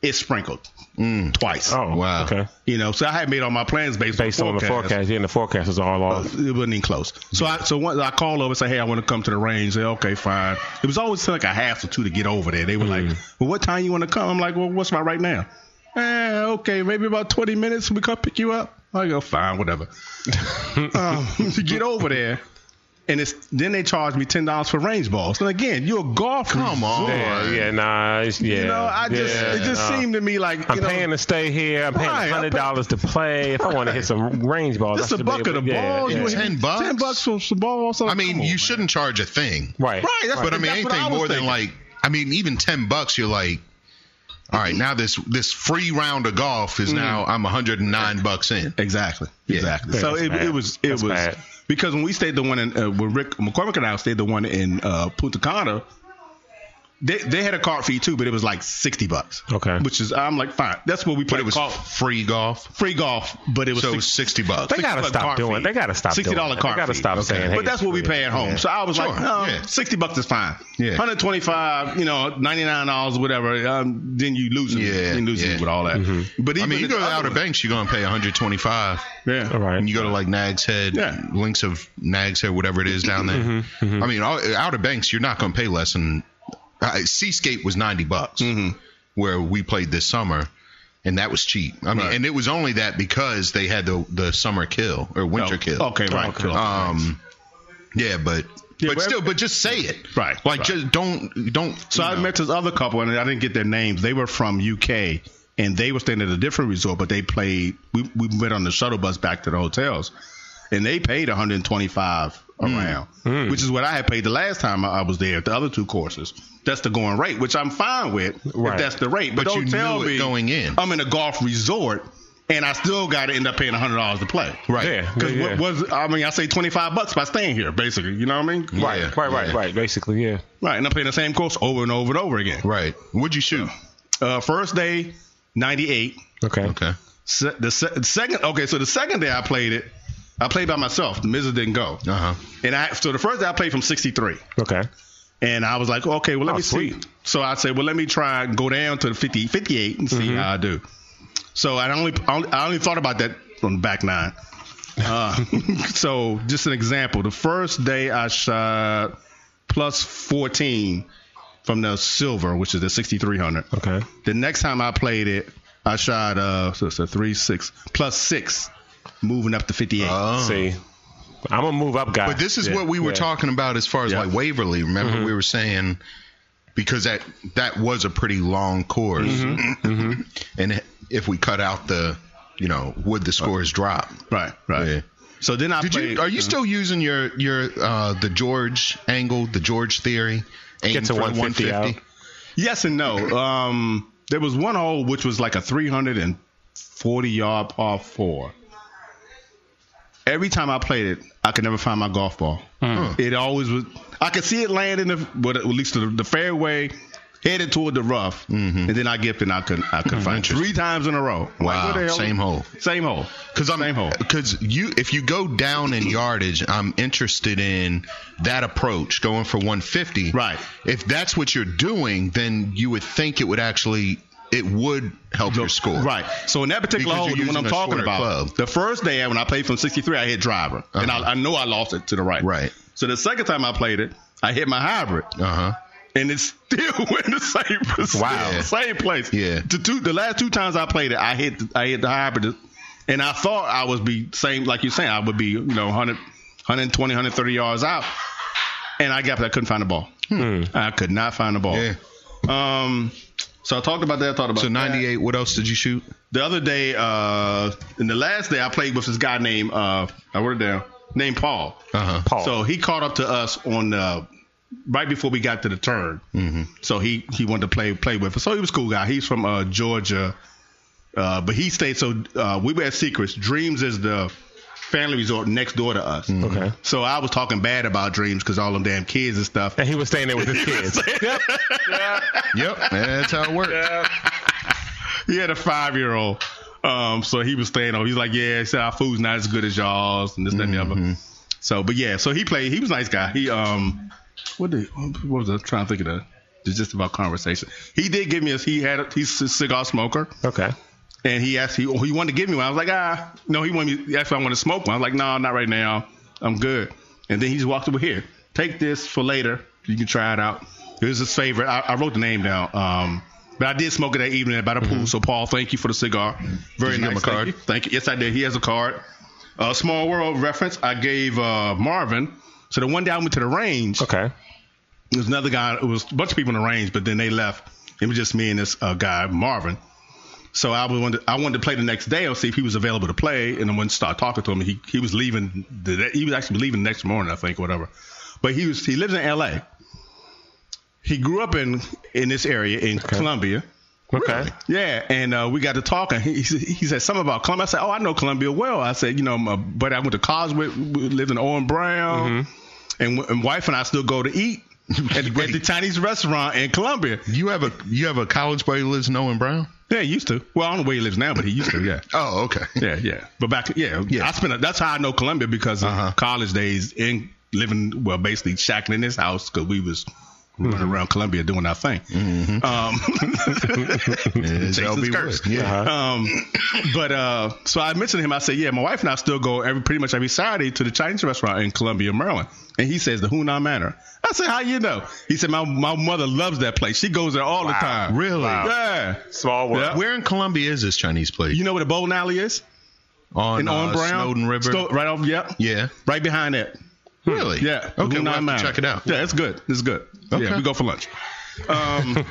It sprinkled twice. Oh. Mm. Wow. Wow. Okay. You know, so I had made all my plans based, Based on the forecast, yeah, and the forecast was all off. It wasn't even close. So I so once I called over and say, hey, I want to come to the range. They okay, fine. It was always like a half or two to get over there. They were Mm. like, well, what time you want to come? I'm like, well, what's my right now? Eh, okay, maybe about 20 minutes. We come pick you up. I go, fine, whatever. um, to get over there. And it's then they charged me ten dollars for range balls. And again, you're a golf. Come on. Yeah, yeah, nah, it's, yeah. Oh, You know, I just yeah, uh, it just nah. seemed to me like I'm you know, paying to stay here. I'm paying Right, I'm hundred dollars to play. If I want to hit some range balls, I This is a should be bucket able- of yeah, balls. yeah. You ain't- Ten bucks? Ten bucks for some balls. I mean, Come on, you man. shouldn't charge a thing. Right. Right. That's But I mean, that's what anything was more than thinking. like, I mean, even ten bucks, you're like, all right, now this this free round of golf Mm. is now I'm 109 bucks in. Exactly. Exactly. Yeah, so that's it, bad. it was it That's was bad. because when we stayed the one in uh, when Rick McCormick and I stayed the one in uh, Punta Cana, they they had a cart fee too, but it was like sixty bucks. Okay. Which is I'm like fine. That's what we played. But it was golf, free golf, free golf, but it was so six- 60 bucks. They gotta $60 stop cart doing. fee. They gotta stop. doing sixty dollar that. cart. They gotta fee. stop Okay. saying. hey, But that's what we it's free. pay at home. Yeah. So I was like, Sure, um, yeah. sixty bucks is fine. Yeah. Hundred twenty five, you know, ninety nine dollars, whatever. Um, then you losing, me. Yeah, you losing me yeah. with all that. Mm-hmm. But I even mean, you the go to other Outer one- Banks, you're gonna pay 125. yeah, All right. And you go to like Nags Head, Yeah. Mm-hmm, links of Nags Head, whatever it is down there. I mean, all, Outer Banks, you're not gonna pay less than. Uh, Seascape was 90 bucks, Mm-hmm. where we played this summer, and that was cheap. I mean, Right. and it was only that because they had the the summer kill or winter kill. Oh, Okay, right. Okay. cool. Um, yeah, but but but still, every- but just say it. Right, Like right. just don't don't. So you I know. met this other couple, and I didn't get their names. They were from UK, and they were staying at a different resort, but they played. We we went on the shuttle bus back to the hotels, and they paid 125 Hmm. around, which is what I had paid the last time I I was there. at The other two courses, that's the going rate, which I'm fine with Right. if that's the rate. But, But don't you tell knew it me Oh. going in. I'm in a golf resort. And I still got to end up paying hundred dollars to play, Right. Yeah. Because yeah. what was I mean? I say twenty five bucks by staying here, basically. You know what I mean? Yeah, Right, right, right, yeah. right. Basically, yeah. Right, and I'm playing the same course over and over and over again. Right. What'd you shoot? Uh, first day, 98. Okay. Okay. Se- the se- second, okay, so the second day I played it, I played by myself. The Mizzer didn't go. Uh huh. And I, so the first day I played from 63. Okay. And I was like, okay, well, let Oh, me sweet. see. So I said, well, let me try and go down to the 50, 58 and see Mm-hmm. how I do. So I only, I only, I only thought about that on the back nine. Uh, so just an example. The first day I shot plus 14 from the silver, which is the 6,300. Okay. The next time I played it, I shot uh so it's a three six plus six, moving up to fifty eight. Oh. See, I'm a move up guy. But this is Yeah, what we were yeah. talking about as far as Yeah. Mm-hmm. like Waverly. Remember we were saying because that that was a pretty long course, Mm-hmm. and if we cut out the, you know, would the scores drop? right, right. Yeah. So then I Did played. Mm-hmm. you are you still using your your uh the George angle, the George theory? Aim Get to for 150 out. yes and no. Um, there was one hole which was like a three hundred and forty yard par four. Every time I played it, I could never find my golf ball. Hmm. It always was. I could see it land in the, well, at least the, the fairway, headed toward the rough, Mm-hmm. and then I get and I could I could find it three times in a row. Like, what the Wow, hell- same hole. Same hole. Cause I'm, Same hole. Cause you, if you go down in yardage, I'm interested in that approach, going for 150. Right. If that's what you're doing, then you would think it would actually it would help your score. Right. So in that particular Because hole, the you're one I'm using a talking shorter about, club. Uh-huh. the first day when I played from 63, I hit driver, and I, I know I lost it to the right. Right. So the second time I played it, I hit my hybrid, Uh huh. and it still went the same place- Wow. same place. Yeah. The two, the last two times I played it, I hit, the, I hit the hybrid, and I thought I was be same like you're saying, I would be you know 100, 120, 130 yards out, and I got, I couldn't find the ball. I could not find the ball. Hmm. Yeah. Um. So I talked about that. I thought about So that. 98. What else did you shoot? The other day, uh, in the last day, I played with this guy named uh, I wrote it down, named Paul. Uh huh. Paul. So he caught up to us on uh, right before we got to the turn. Mm-hmm. So he he wanted to play play with us. So he was a cool guy. He's from uh, Georgia, uh, but he stayed. So uh, we were at Secrets. Dreams is the family resort next door to us. Okay. So I was talking bad about Dreams because all them damn kids and stuff. And he was staying there with his kids. Yep. That's how it works. he had a five year old. Um, so he was staying on. He's like, yeah, he said our food's not as good as y'all's and this, that, and the other. So, but yeah, so he played. He was a nice guy. He um, what did what was I trying to think of? The, it's just about conversation. He did give me a. He had a, he's a cigar smoker, okay. and he asked he he wanted to give me one. I was like, ah, no, he wanted me. He asked if I want to smoke one. I was like, no, not right now. I'm good. And then he just walked over here. Take this for later. You can try it out. It was his favorite. I, I wrote the name down. Um, but I did smoke it that evening by the pool. So Paul, thank you for the cigar. Very Mm-hmm. Did you nice. give him a Thank card? you. Thank you. Yes, I did. He has a card. Uh, small world reference. I gave uh, Marvin. So the one day I went to the range. Okay. There was another guy. It was a bunch of people in the range, but then they left. It was just me and this uh, guy Marvin. So I was wanted, I wanted to play the next day. I'll see if he was available to play, and I went to start talking to him. He he was leaving. The, he was actually leaving the next morning, I think, or whatever. But he was he lives in L.A. He grew up in in this area in Columbia. Okay. Yeah, and uh, we got to talking. He, he said- he said something about Columbia. I said, "Oh, I know Columbia well." I said, "You know, my buddy, I went to college with, we lived in Owen Brown, and, w- and wife and I still go to eat at, the- at the Wait. Chinese restaurant in Columbia." You have a you have a college buddy who lives in Owen Brown. Yeah, he used to. Well, I don't know where he lives now, but he used to. Yeah, Oh, okay. yeah, yeah. But back, yeah, yeah. I spent. A, that's how I know Columbia because of college days in living, well, basically shacking in this house because we was. Running around Columbia doing our thing. Um, It's Jason's LB curse. Wood. Yeah. Um, but uh, so I mentioned to him. I said, "Yeah, my wife and I still go every pretty much every Saturday to the Chinese restaurant in Columbia, Maryland." And he says the Hunan Manor. I said, "How you know?" He said, "My my mother loves that place. She goes there all the time." Really? Yeah. Small world. Yeah. Where in Columbia is this Chinese place? You know where the bowling alley is? on, In uh, Owen Brown, Snowden River. Sto- right off. Yep. yeah. Right behind that. Really? Yeah. the Okay. We'll Hunan have to Manor. check it out. Yeah, it's good. It's good. Okay. Yeah, we go for lunch. Um,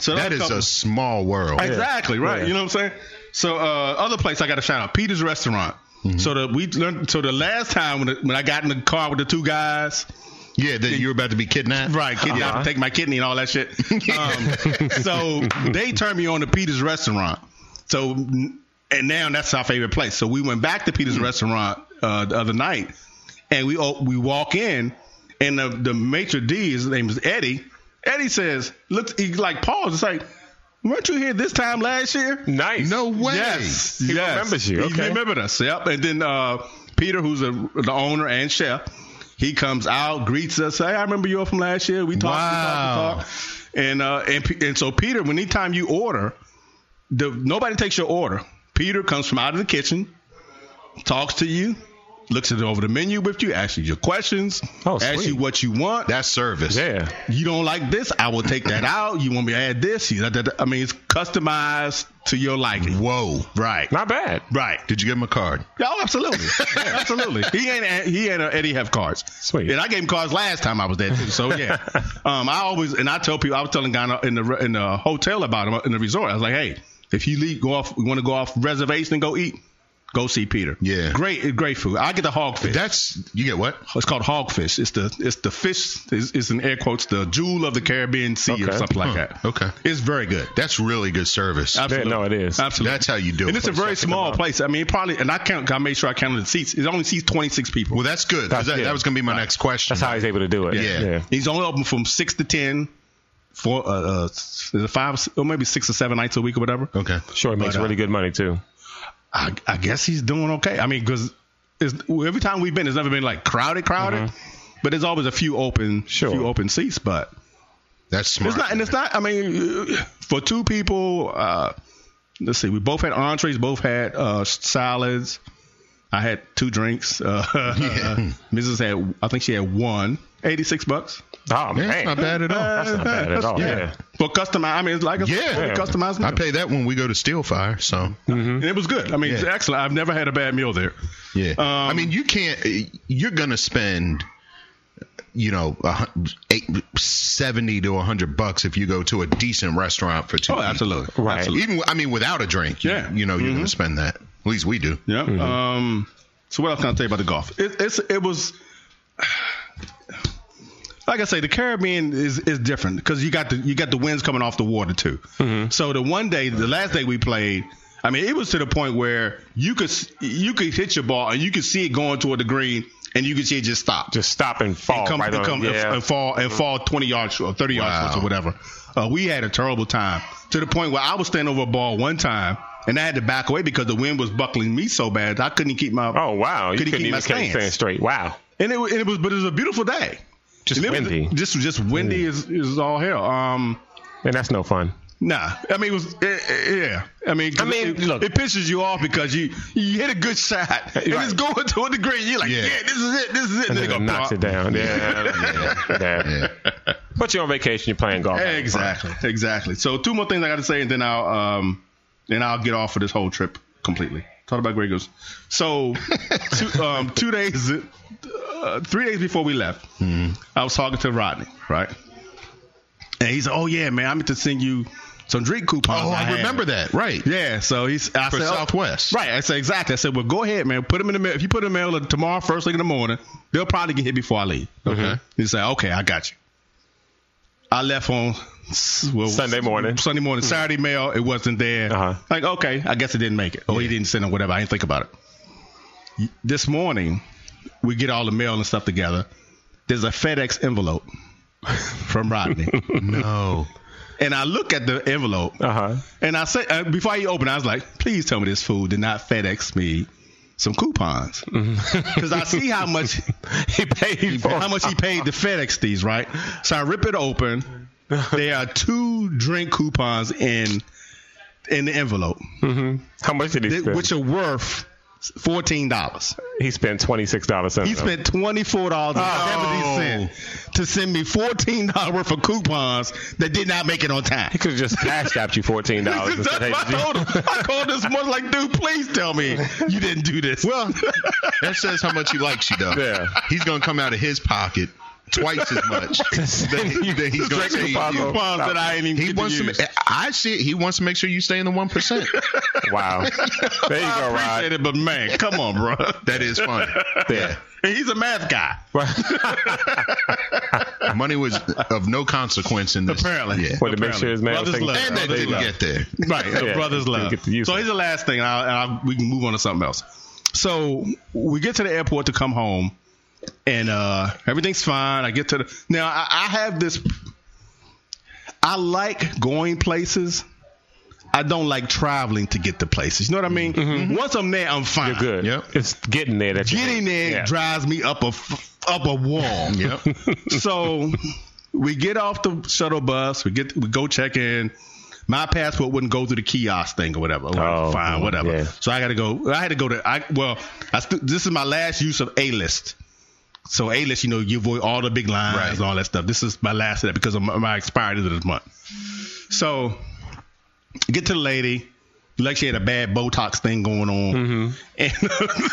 so That is a small world. Exactly right. Yeah. You know what I'm saying? So uh, other place I got to shout out Peter's Restaurant. Mm-hmm. So the we learned. So the last time when, the, when I got in the car with the two guys, Yeah, that you're about to be kidnapped. right, kidney, I have to take my kidney and all that shit. Um, so they turned me on to Peter's Restaurant. So and now that's our favorite place. So we went back to Peter's Restaurant uh, the other night, and we all we walk in, and the, the maitre d, his name is Eddie. Eddie says, "Look, he like paused. It's like, weren't you here this time last year?" Nice. No way. Yes, He yes. remembers you. He Okay. remembered us. Yep. And then uh, Peter, who's a, the owner and chef, he comes out, greets us. Hey, I remember you all from last year. We talked, Wow. we talked, we talked. And uh, and P- and so Peter, when anytime you order, the nobody takes your order. Peter comes from out of the kitchen, talks to you, looks it over the menu with you, asks you your questions, Oh, asks sweet. you what you want That's service. Yeah. you don't like this, I will take that out. You want me to add this? You- da- da- da. I mean, it's customized to your liking. Whoa. Right. Not bad. Right. Did you give him a card? Oh, absolutely. Yeah, absolutely. He ain't a- he ain't a Eddie have cards. Sweet. And I gave him cards last time I was there too. So yeah. um, I always and I tell people I was telling Ghana in the re- in the hotel about him in the resort. I was like, hey, if you leave, go off. We want to go off reservation and go eat. Go see Peter. Yeah. Great, great food. I get the hogfish. That's you get what? It's called hogfish. It's the it's the fish. It's, it's in air quotes the jewel of the Caribbean Sea or Okay. something like Huh. that. Okay. it's very good. That's really good service. Yeah, Absolutely. no, it is. Absolutely. That's how you do it. and it's a very small place. I mean, it probably, and I count. I made sure I counted the seats. It only seats twenty six people. well, that's good. 'cause That's- that, yeah. that was going to be my next question. That's how he's able to do it. Yeah. He's only open from six to ten, four, uh, uh, s- is it five or maybe six or seven nights a week or whatever. okay. Sure, he makes But, uh, really good money too. I, I guess he's doing okay. I mean, because every time we've been, it's never been like crowded, crowded. But there's always a few open, Sure. few open seats. But That's smart. It's not, and it's not. I mean, for two people, uh, let's see, we both had entrees, both had uh, salads. I had two drinks. Uh, Mrs. had, I think she had one. 86 bucks. Oh Yeah, it's man, not bad at all. Uh, That's not bad at all. Yeah. For customized, I mean, it's like a Yeah. fully customized meal. I pay that when we go to Steel Fire. So And it was good. I mean, it's Yeah. excellent. I've never had a bad meal there. yeah, I mean you can't. You're gonna spend, you know, a hun- eight, seventy to hundred bucks if you go to a decent restaurant for two. Oh, people. absolutely. Right. Absolutely. Even I mean without a drink. you- Yeah. Mm-hmm. you, know you're gonna spend that. At least we do. Yeah. Um, so what else can I tell you about the golf? It, it's it was like I say, the Caribbean is is different because you got the you got the winds coming off the water too. So the one day, the last day we played, I mean, it was to the point where you could s- you could hit your ball and you could see it going toward the green and you could see it just stop Just stop and fall come, Oh, right come on. and- Yeah. Mm-hmm. and fall and fall 20 yards short, 30 yards Wow. short or whatever. Uh, we had a terrible time to the point where I was standing over a ball one time and I had to back away because the wind was buckling me so bad I couldn't keep my Oh wow, you Couldn't couldn't, keep my even stand stance. straight. Wow, and it, wa- and it was but it was a beautiful day. just And it was- windy, just just windy is is all hell. Um and that's no fun. Nah, I mean it was eh, eh, yeah. I mean, 'cause I mean, it, look. it pisses you off because you you hit a good shot and Right. it's going toward the green. You're like, yeah, Yeah. this is it, this is it. And then it it go knocks plop. it down. Yeah, yeah, yeah. But you're on vacation. You're playing golf. Exactly, exactly. So two more things I got to say, and then I'll um, then I'll get off of this whole trip completely. Talk about Grey Goose. So two, um, two days, uh, three days before we left, I was talking to Rodney, right? And he's like, "Oh yeah, man, I meant to send you some drink coupons." Oh, I had." remember that. Right. Yeah, so he's I For said, "Oh." Southwest. Right, I said exactly. I said, "Well, go ahead, man. Put them in the mail. If you put them in the mail tomorrow, first thing in the morning, they'll probably get hit before I leave." Okay. Mm-hmm. He said, "Okay, I got you." I left on s- well, Sunday morning. Mm-hmm. Sunday morning. Saturday mail, it wasn't there. Uh-huh. Like, okay, I guess it didn't make it. Or he didn't send it, whatever. I didn't think about it. Y- This morning, we get all the mail and stuff together. There's a FedEx envelope from Rodney. No. and I look at the envelope Uh huh. and I said, uh, before he opened, I was like, please tell me this fool did not FedEx me some coupons. Because I see how much Mm-hmm. He paid for. how much he paid to FedEx these, right? So I rip it open. There are two drink coupons in in the envelope, How much did he that- spend? which are worth fourteen dollars. he spent twenty six dollars. He spent twenty four dollars Oh. to send me fourteen dollars worth of coupons that did not make it on time. He could have just cash apped you fourteen dollars. That's what I told him. I called this morning like, dude, please tell me you didn't do this. Well, that says how much he likes you, though. Yeah. He's going to come out of his pocket twice as much than, he- than he's going to Drink save the bottle. you. coupons that I ain't even He get to wants to. use. ma- I see. It, he wants to make sure you stay in the one percent. Wow. There you go, I appreciate Rod. it, but man, come on, bro. That is funny. Yeah, And he's a math guy. money was of no consequence in this. Apparently. yeah. Wanted to make sure his man was Brothers taken love. care And of. they Brothers didn't love. get there. Right, a Yeah, brother's you love. get to use So it. here's the last thing, and, I'll, and I'll, we can move on to something else. So we get to the airport to come home, and uh, everything's fine. I get to the now. I, I have this. I like going places. I don't like traveling to get to places. You know what I mean? Once I'm there, I'm fine. Mm-hmm. You're good. Yep. It's getting there that you Getting there Yeah. drives me up a f- up a wall. Yep. so we get off the shuttle bus. We get we go check in. My passport wouldn't go through the kiosk thing or whatever. Oh, Fine, whatever. yeah. So I got to go. I had to go to. I well, I st- this is my last use of A list. So A list, you know, you avoid all the big lines Right. and all that stuff. This is my last of that because of my, my expired end of this month. So get to the lady. Like she had a bad Botox thing going on, Mm-hmm.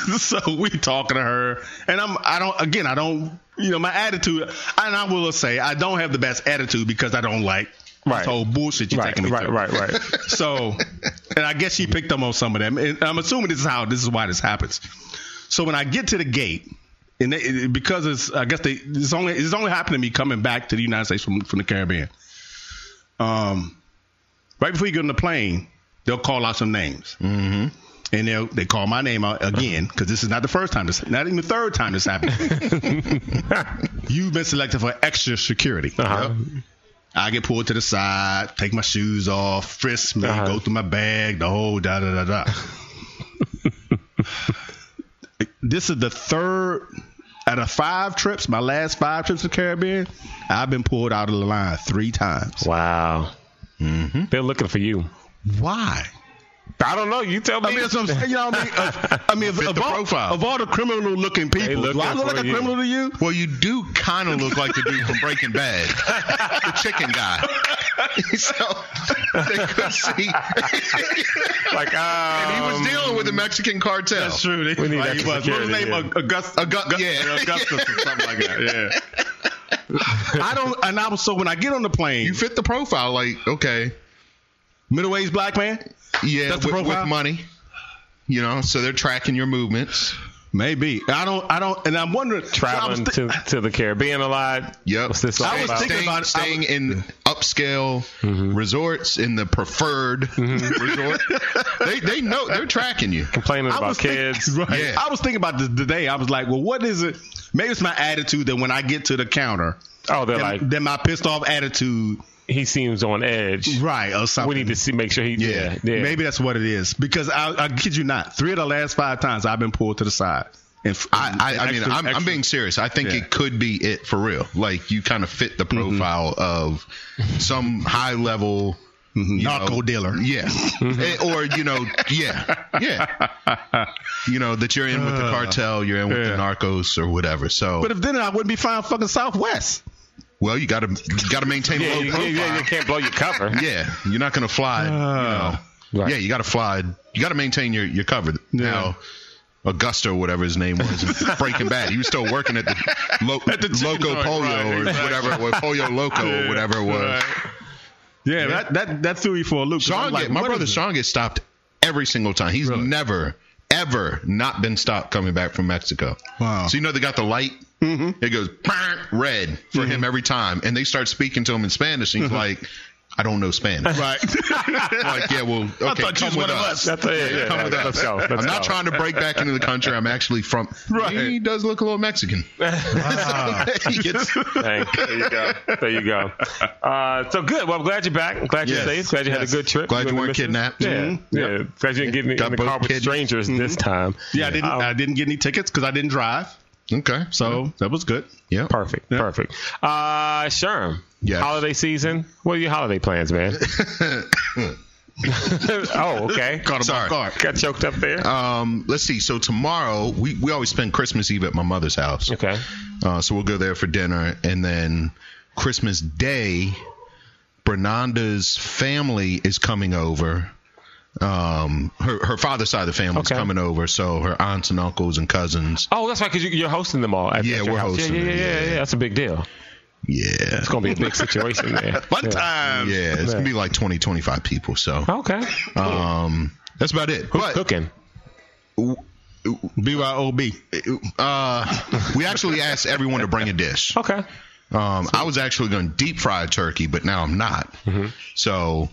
and so we talking to her, and I'm I don't again I don't you know my attitude, and I will say I don't have the best attitude because I don't like Right. this whole bullshit you're Right, taking me right, through. right, right. So, and I guess she picked up on some of them. And I'm assuming this is how this is why this happens. So when I get to the gate, and they, it- because it's I guess they it's only it's only happened to me coming back to the United States from from the Caribbean. Um, right before you get on the plane, they'll call out some names. Mm-hmm. And they'll they call my name out again because this is not the first time this not even the third time this happened. You've been selected for extra security. Uh-huh. I get pulled to the side, take my shoes off, frisk me, Uh-huh. go through my bag, the whole da da da da. this is the third out of five trips, my last five trips to the Caribbean, I've been pulled out of the line three times. Wow. They're looking for you. Why? Mm-hmm. I don't know. You tell me. I mean, that's what I'm saying. You know what I mean? Of, I mean, of, Fit of the all, profile. of all the criminal looking people, do I looking look for like a you. criminal to you? Well, you do kind of look like the dude from Breaking Bad, the chicken guy. so they could see like, he was um, dealing with the Mexican cartel. That's true. They, We need like, extra he was- what was his security, name? yeah. August, Augu- August, yeah. Augustus or something like that. Yeah. I don't, and I was so when I get on the plane, You fit the profile, like okay, middle aged black man, yeah, That's the with, with profile? money. You know, so they're tracking your movements. maybe. I don't, I don't, and I'm wondering. traveling so I was thi- to, to the Caribbean a lot. Yep. What's this all I was about? Mm-hmm. thinking- staying, about it, I staying in upscale resorts in the preferred resort. They they know they're tracking you. Complaining I about was thinking- kids. right. Yeah. I was thinking about this today. I was like, well, what is it? Maybe it's my attitude that when I get to the counter, Oh, they're then, like, then my pissed off attitude, he seems on edge. right, or something. We need to see, make sure he. Yeah. Yeah. yeah. Maybe that's what it is. Because I, I kid you not, three of the last five times I've been pulled to the side. And f- I, I, I mean, extra- I'm, I'm extra- being serious. I think Yeah. it could be it for real. Like you kind of fit the Mm-hmm. profile of some high level Mm-hmm. you Narco dealer. Yeah, Eh, or you know, yeah, yeah. You know that you're in with Uh, the cartel, you're in with the Yeah. narcos or whatever. So, But if then I wouldn't be flying fucking Southwest. well, you gotta you gotta maintain a Yeah, low you, yeah, profile. yeah, you can't blow your cover. Yeah, you're not gonna fly. you know. Right. Yeah, you gotta fly. You gotta maintain your your cover. Now, Augusta or whatever his name was, in Breaking Bad. He was still working at the, lo- Loco joint, Pollo right, or exactly. whatever, it was, Pollo Loco or whatever it was. Yeah, That, that that threw me for a loop. 'cause Sean, I'm like, get, my what brother is it? Sean gets stopped every single time. He's never. Ever not been stopped coming back from Mexico? Wow. So you know they got the light. Mm-hmm. It goes "Brr," red for Mm-hmm. him every time, and they start speaking to him in Spanish. And he's like, "I don't know Spanish." Right. like, yeah, well, okay, thought you come with was one of us. us. That's yeah, yeah, Come with yeah, let's us. go. Let's I'm not go. trying to break back into the country. I'm actually from. Right. He does look a little Mexican. He gets- Dang. There you go. There you go. Uh, so good. Well, I'm glad you're back. I'm glad you're Yes. safe. Glad you had a Yes. good trip. Glad you and the weren't missus. kidnapped. Yeah. Mhm. Yeah. Glad you didn't get in, Got in the both Mm-hmm. car with kidnapped. strangers this time. Yeah, I didn't Um, I didn't get any tickets because I didn't drive. okay. So, So that was good. yeah. Perfect. Perfect. Uh, Sherm. Yes. Holiday season. What are your holiday plans, man? oh, okay. Caught him Sorry. off guard. Got choked up there. Um, let's see. So tomorrow we, we always spend Christmas Eve at my mother's house. okay. Uh, so we'll go there for dinner, and then Christmas Day, Bernanda's family is coming over. Um, her her father's side of the family Okay. is coming over. So her aunts and uncles and cousins. Oh, that's right, because you, you're hosting them all. At, Yeah, at your we're house. hosting Yeah, yeah, them, yeah, yeah. yeah, yeah. That's a big deal. Yeah. It's gonna be a big situation there. Fun Yeah. time. Yeah, it's gonna be like 20, 25 people. So Okay. um, that's about it. Who's But cooking? BYOB. uh, we actually asked everyone to bring a dish. Okay. Um, I was actually going to deep fry a turkey, but now I'm not. Mm-hmm. So,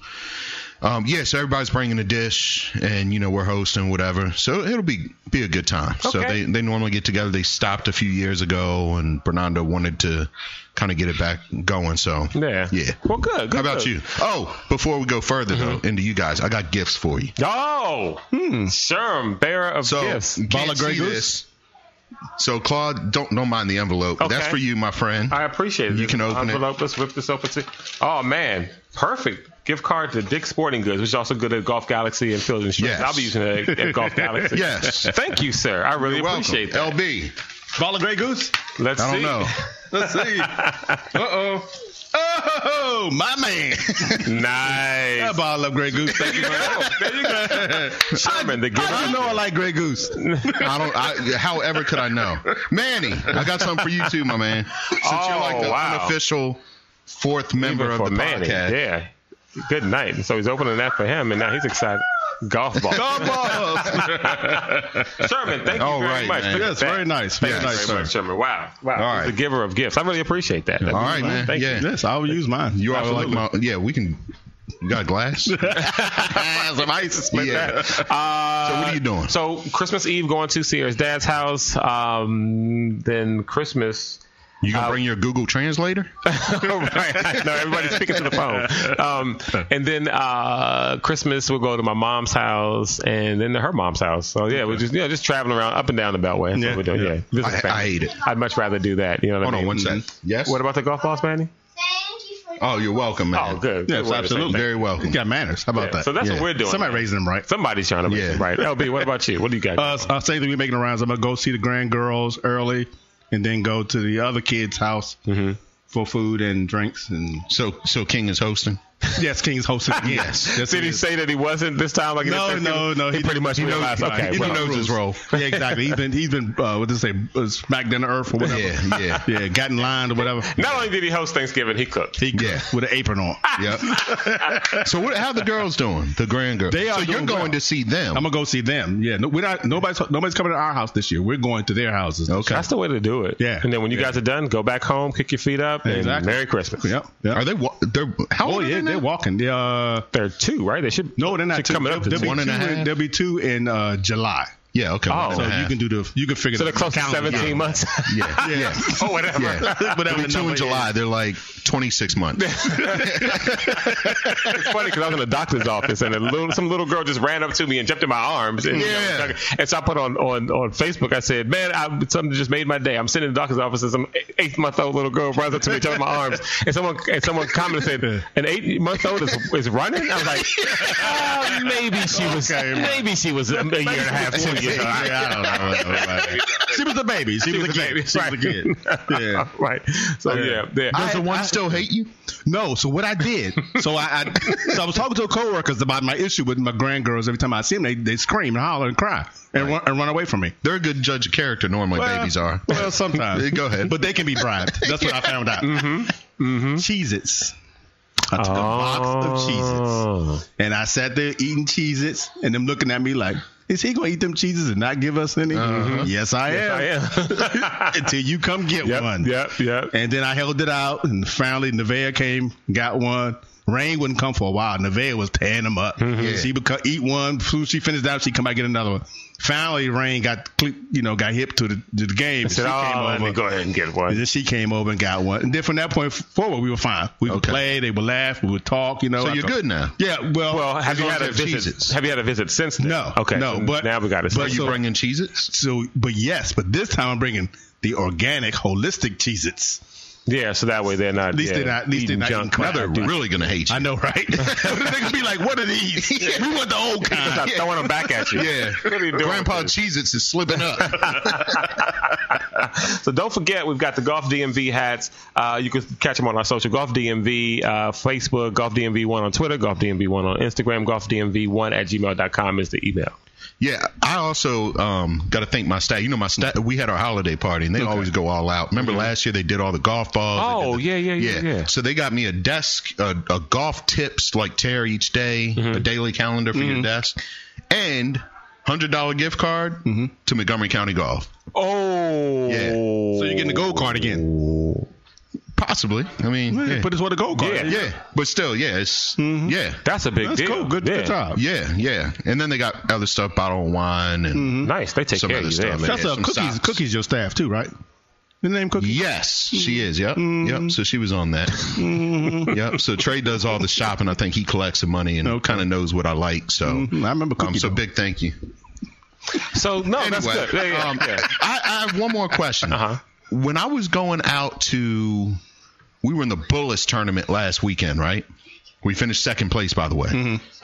um, yeah, so everybody's bringing a dish, and you know we're hosting whatever. So it'll be be a good time. So Okay. they they normally get together. They stopped a few years ago, and Bernardo wanted to kind of get it back going. So Yeah. yeah. Well, good. good How about good. Mm-hmm. you? Oh, before we go further though into you guys, I got gifts for you. Oh, Sherm, bearer of So gifts. you can't Bala Grey see Goose? this. So Claude, don't don't mind the envelope. Okay. That's for you, my friend. I appreciate it. Uh, You can open it. envelope us, rip this open. To, oh man, perfect gift card to Dick's Sporting Goods, which is also good at Golf Galaxy and Field Insurance. Yes. I'll be using it at, at Golf Galaxy. Yes. Thank you, sir. I really You're welcome. appreciate that. LB. Ball of Grey Goose. Let's I don't see. know. Let's see. uh oh. Oh, my man. Nice. that ball of Grey Goose. Thank you. Oh, there you go. Sherman, the gift. I know I like Grey Goose. I don't. I, however, could I know? Manny, I got something for you too, my man. Since you're like Oh, the wow. unofficial fourth member of for the Manny. podcast. Yeah. Good night. And so he's opening that for him, and now he's excited. Golf ball. Golf balls. Sherman, thank you All very right, much. man. Look at Yes, that. very nice. Very Yes. nice, Very sir. much, Sherman. Wow. Wow. All He's right. the giver of gifts. I really appreciate that. All right, man. Thank yeah. Yes, I will use mine. You are like Absolutely. my. Yeah, we can. You got a glass? Some ice is my yeah. bad. Uh, So what are you doing? So Christmas Eve going to Sierra's dad's house. Um, then Christmas. you uh, gonna bring your Google translator? right. No, everybody's speaking to the phone. Um, and then uh, Christmas we'll go to my mom's house and then to her mom's house. So yeah, we're just yeah, just traveling around up and down the beltway. That's Yeah, what we're doing. yeah. Yeah. This is I- family. I hate it. I'd much rather do that. You know Mm-hmm. what Hold I on mean? one sec. Yes. What about the golf balls, Manny? Thank you for Oh, you're welcome, Oh, man. good. Yes, Good way to say absolutely. thank Very welcome. You got manners. How about Yeah, that? so that's what we're doing. Somebody raising them right. Somebody's trying to make Yeah. it right. LB, what about you? What do you got? Uh, I'll say that we're making the rounds. I'm gonna go see the grand girls early, and then go to the other kid's house for food and drinks. And So, so King is hosting. yes, King's hosting. again. Yes. yes, Did it he is. say that he wasn't this time? Like No, he- no, no. He, pretty much knows- realized. right. okay, he well, knows his role. rules. Yeah, exactly. He's been he's been uh, what they say uh, smacked down to earth or whatever. Yeah, yeah. yeah. Got in line or whatever. Not only did he host Thanksgiving, he cooked. He Yeah. with an apron on. Yep. so, what? How the girls doing? The grand girls. They are so you're doing going well. to see them. I'm gonna go see them. Yeah, no, we're not. Nobody's nobody's coming to our house this year. We're going to their houses. Okay. That's the way to do it. Yeah. And then when you guys are done, go back home, kick your feet up, and Exactly. Merry Christmas. Yep. yep. Are they? wa- They're how Oh old yeah, are they they're now? walking. They uh, There are two, right? They should. no, they're not should two. coming up. They'll, to they'll be two. one and a two half. In, they'll be two in uh, July. Yeah. Okay. Oh. one So and a you half. can do the you can figure So they're the close to calendar. 17 months. Yeah. Yeah. oh, whatever. yeah. Whatever They'll be the two number in is. July. They're like 26 months. it's funny because I was in the doctor's office and a little, some little girl just ran up to me and jumped in my arms. And, Yeah. and so I put on, on, on Facebook, I said, man, I, something just made my day. I'm sitting in the doctor's office and some eight month old little girl runs up to me and jumps in my arms. And someone, and someone commented, said, an eight month old is, is running? I was like, "Uh, maybe she was, maybe she was a, a year and a half, two years old. I- Yeah, I don't know. she was a baby. She, was, a kid. She right. was a kid. Yeah. right. So yeah, Yeah. yeah. Does the one still hate you? No. So what I did. So I, I so I was talking to coworkers about my issue with my grandgirls. Every time I see them, they, they scream and holler and cry and run, and run away from me. They're a good judge of character. Normally, babies are. Well, sometimes. Go ahead. But they can be bribed. That's what I found out. mm-hmm. Mm-hmm. Oh. Cheez-Its. I took a box of Cheez-Its. And I sat there eating Cheez-Its and them looking at me like, is he going to eat them Cheez-Its and not give us any? Mm-hmm. Yes, I am. I am. Until you come get one. Yep, yep. And then I held it out, and finally Nevaeh came, got one. Rain wouldn't come for a while. Nevaeh was tearing them up. Mm-hmm. Yeah. She would co- eat one. Soon as she finished out, she come back get another one. Finally, Rain got cle- you know got hip to the, to the game. said, she "Oh, let me go ahead and get And one." then she came over and got one. And then from that point forward, we were fine. We would Okay. play. They would laugh. We would talk. You know. So I you're thought- good now. Yeah. Well. Well, have as you long had a as they're visit? Cheez-Its. Have you had a visit since then? No, Okay. no, so but- now we got it. Are you so- bringing Cheez-Its? so, but yes, but this time I'm bringing the organic, holistic Cheez-Its. yeah, so that way they're not. At least yeah, they're not. At least they're eating not junk eating crap. crap. They're really gonna hate you. I know, right? they could be like, "What are these? We want the old Just kind." not throwing them back at you. Yeah. What are you doing Grandpa with this? Cheez-Its is slipping up. So don't forget, we've got the Golf DMV hats. Uh, you can catch them on our social Golf DMV, uh, Facebook, Golf DMV1 on Twitter, Golf DMV1 on Instagram, Golf DMV1 at gmail.com is the email. Yeah, I also um, got to thank my staff. You know, my staff. We had our holiday party, and they always go all out. Remember last year they did all the golf balls. they Mm-hmm. Oh, did the- yeah, yeah, yeah, yeah. So they got me a desk, a, a golf tips like tear each day, Mm-hmm. a daily calendar for your desk, and hundred dollar gift card Mm-hmm. to Montgomery County Golf. Oh, Yeah. So you're getting the gold card again. Possibly. I mean, yeah, Put us with a gold card. Yeah. yeah, but still, yeah, it's Mm-hmm. yeah. That's a big That's deal. cool. Good, yeah. good job. yeah, yeah, and then they got other stuff, bottle of wine, Mm-hmm. and Nice. They take Some care of other you there, stuff. man. That's Yeah, a some cookies. socks. Cookies, your staff too, right? The name cookies. Yes, she is. Yep. Yep. So she was on that. yep. So Trey does all the shopping. I think he collects the money and kind of knows what I like. So, I remember um, cookies. so big thank you. So no, that's Anyway, good. Yeah, yeah, um, yeah. I, I have one more question. Uh-huh. When I was going out to, we were in the Bullets tournament last weekend, right? We finished second place, by the way.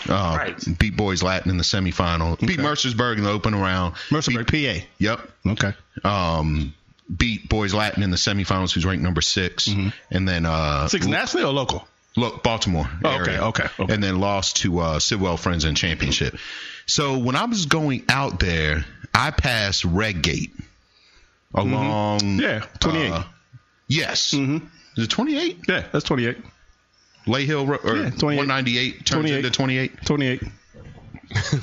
Uh, Right. Beat Boys Latin in the semifinal. Beat Mercersburg in the open round. Mercerburg, PA. Yep Okay. um, beat Boys Latin in the semifinals, who's ranked number 6 and then uh, Six nationally or local? look Baltimore. Oh, okay, area. okay, okay. and then lost to uh, Sidwell Friends in championship. So when I was going out there, I passed Redgate along. Mm-hmm. Yeah, Mm-hmm. 28. uh, yes. Is it 28? yeah, that's 28. Lay Hill Ro- or Yeah, 28. 198 turns 28. into 28? 28.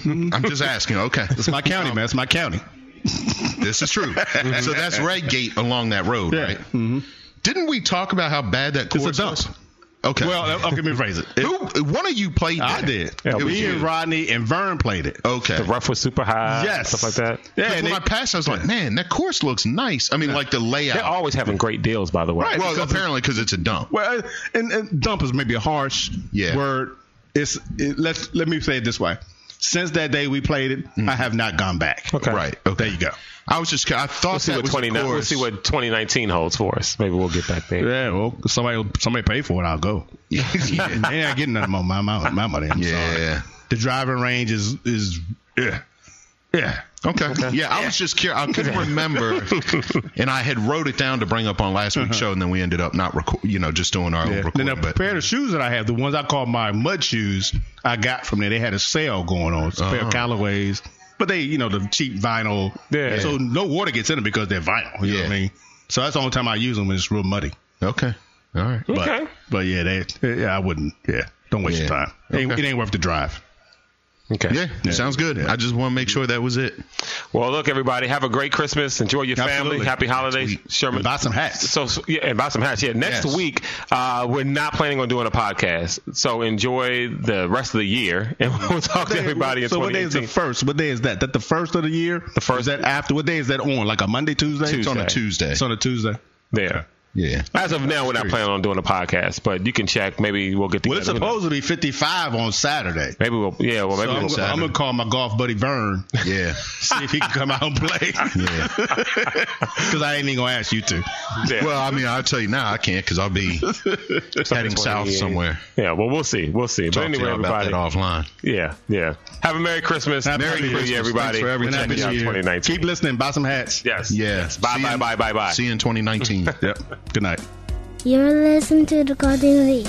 I'm just asking. Okay. It's my county, man. It's my county. Mm-hmm. This is true. so that's Redgate along that road, Yeah. Mm-hmm. right? Didn't we talk about how bad that It's course a dump. was? Okay. Well, uh, okay, let me phrase it. Who? One of you played. I there. did. Yeah, it was me you. and Rodney and Vern played it. Okay. The rough was super high. Yes. Stuff like that. Yeah, When and I they, passed, I was like, man, that course looks nice. I mean, like the layout. They're always having great deals, by the way. well, apparently because it's a dump. well, uh, and, and dump is maybe a harsh Yeah. word. It's it, let's let me say it this way. Since that day we played it, I have not gone back. Okay. Mm. Right. Okay. There you go. I was just. I thought We'll see that what was 20 the we'll course. see what 2019 holds for us. Maybe we'll get back there. Yeah, well, somebody will- somebody pay for it. I'll go. yeah. They ain't getting none of my my, my, my money. I'm sorry. Yeah. The driving range is is yeah, yeah. Okay. Yeah, I was just curious. I couldn't remember, and I had wrote it down to bring up on last week's show, and then we ended up not record. You know, just doing our own recording. Uh-huh. Then a but pair of shoes that I have, the ones I call my mud shoes, I got from there. They had a sale going on. It's a pair Uh-huh. of Callaways, but they, you know, the cheap vinyl. Yeah. So no water gets in them because they're vinyl. You know Yeah. what I mean? So that's the only time I use them when it's real muddy. okay, all right. But, Okay. But yeah, they, yeah, I wouldn't. Yeah. Don't waste Yeah. your time. It ain't- Okay. It ain't worth the drive. Okay. Yeah, sounds good. I just want to make sure that was it. Well, look, everybody, have a great Christmas. Enjoy your family. Absolutely. Happy holidays, Sherman. And buy some hats. So, so- yeah, and buy some hats. Yeah, next Yes. week uh, we're not planning on doing a podcast, so enjoy the rest of the year, and we'll talk to everybody in so what day is the 2018. first? What day is that? That the first of the year? The first. Is that after? What day is that on? Like a Monday, Tuesday? It's on a Tuesday. It's on a Tuesday. There. yeah. As of now, we're not planning on doing a podcast, but you can check. Maybe we'll get Well, it's together. supposed to be 55 on Saturday. maybe we'll. Yeah. Well, maybe we'll. So I'm, I'm gonna call my golf buddy Vern, Yeah. see if he can come out and play. Yeah. Because I ain't even gonna ask you to. yeah. Well, I mean, I'll tell you now, I can't because I'll be heading south somewhere. yeah. Well, we'll see. We'll see. Talk but to anyway, y'all about everybody. that offline. Yeah. Yeah. Have a merry Christmas. Happy merry Christmas. Year, Thanks everybody. for everything. Check Happy it out New Year. 2019. Keep listening. Buy some hats. Yes. Yeah. Bye. See Bye. you- Bye. Bye. Bye. See you in 2019. Yep. Good night. You're listening to the Golden League.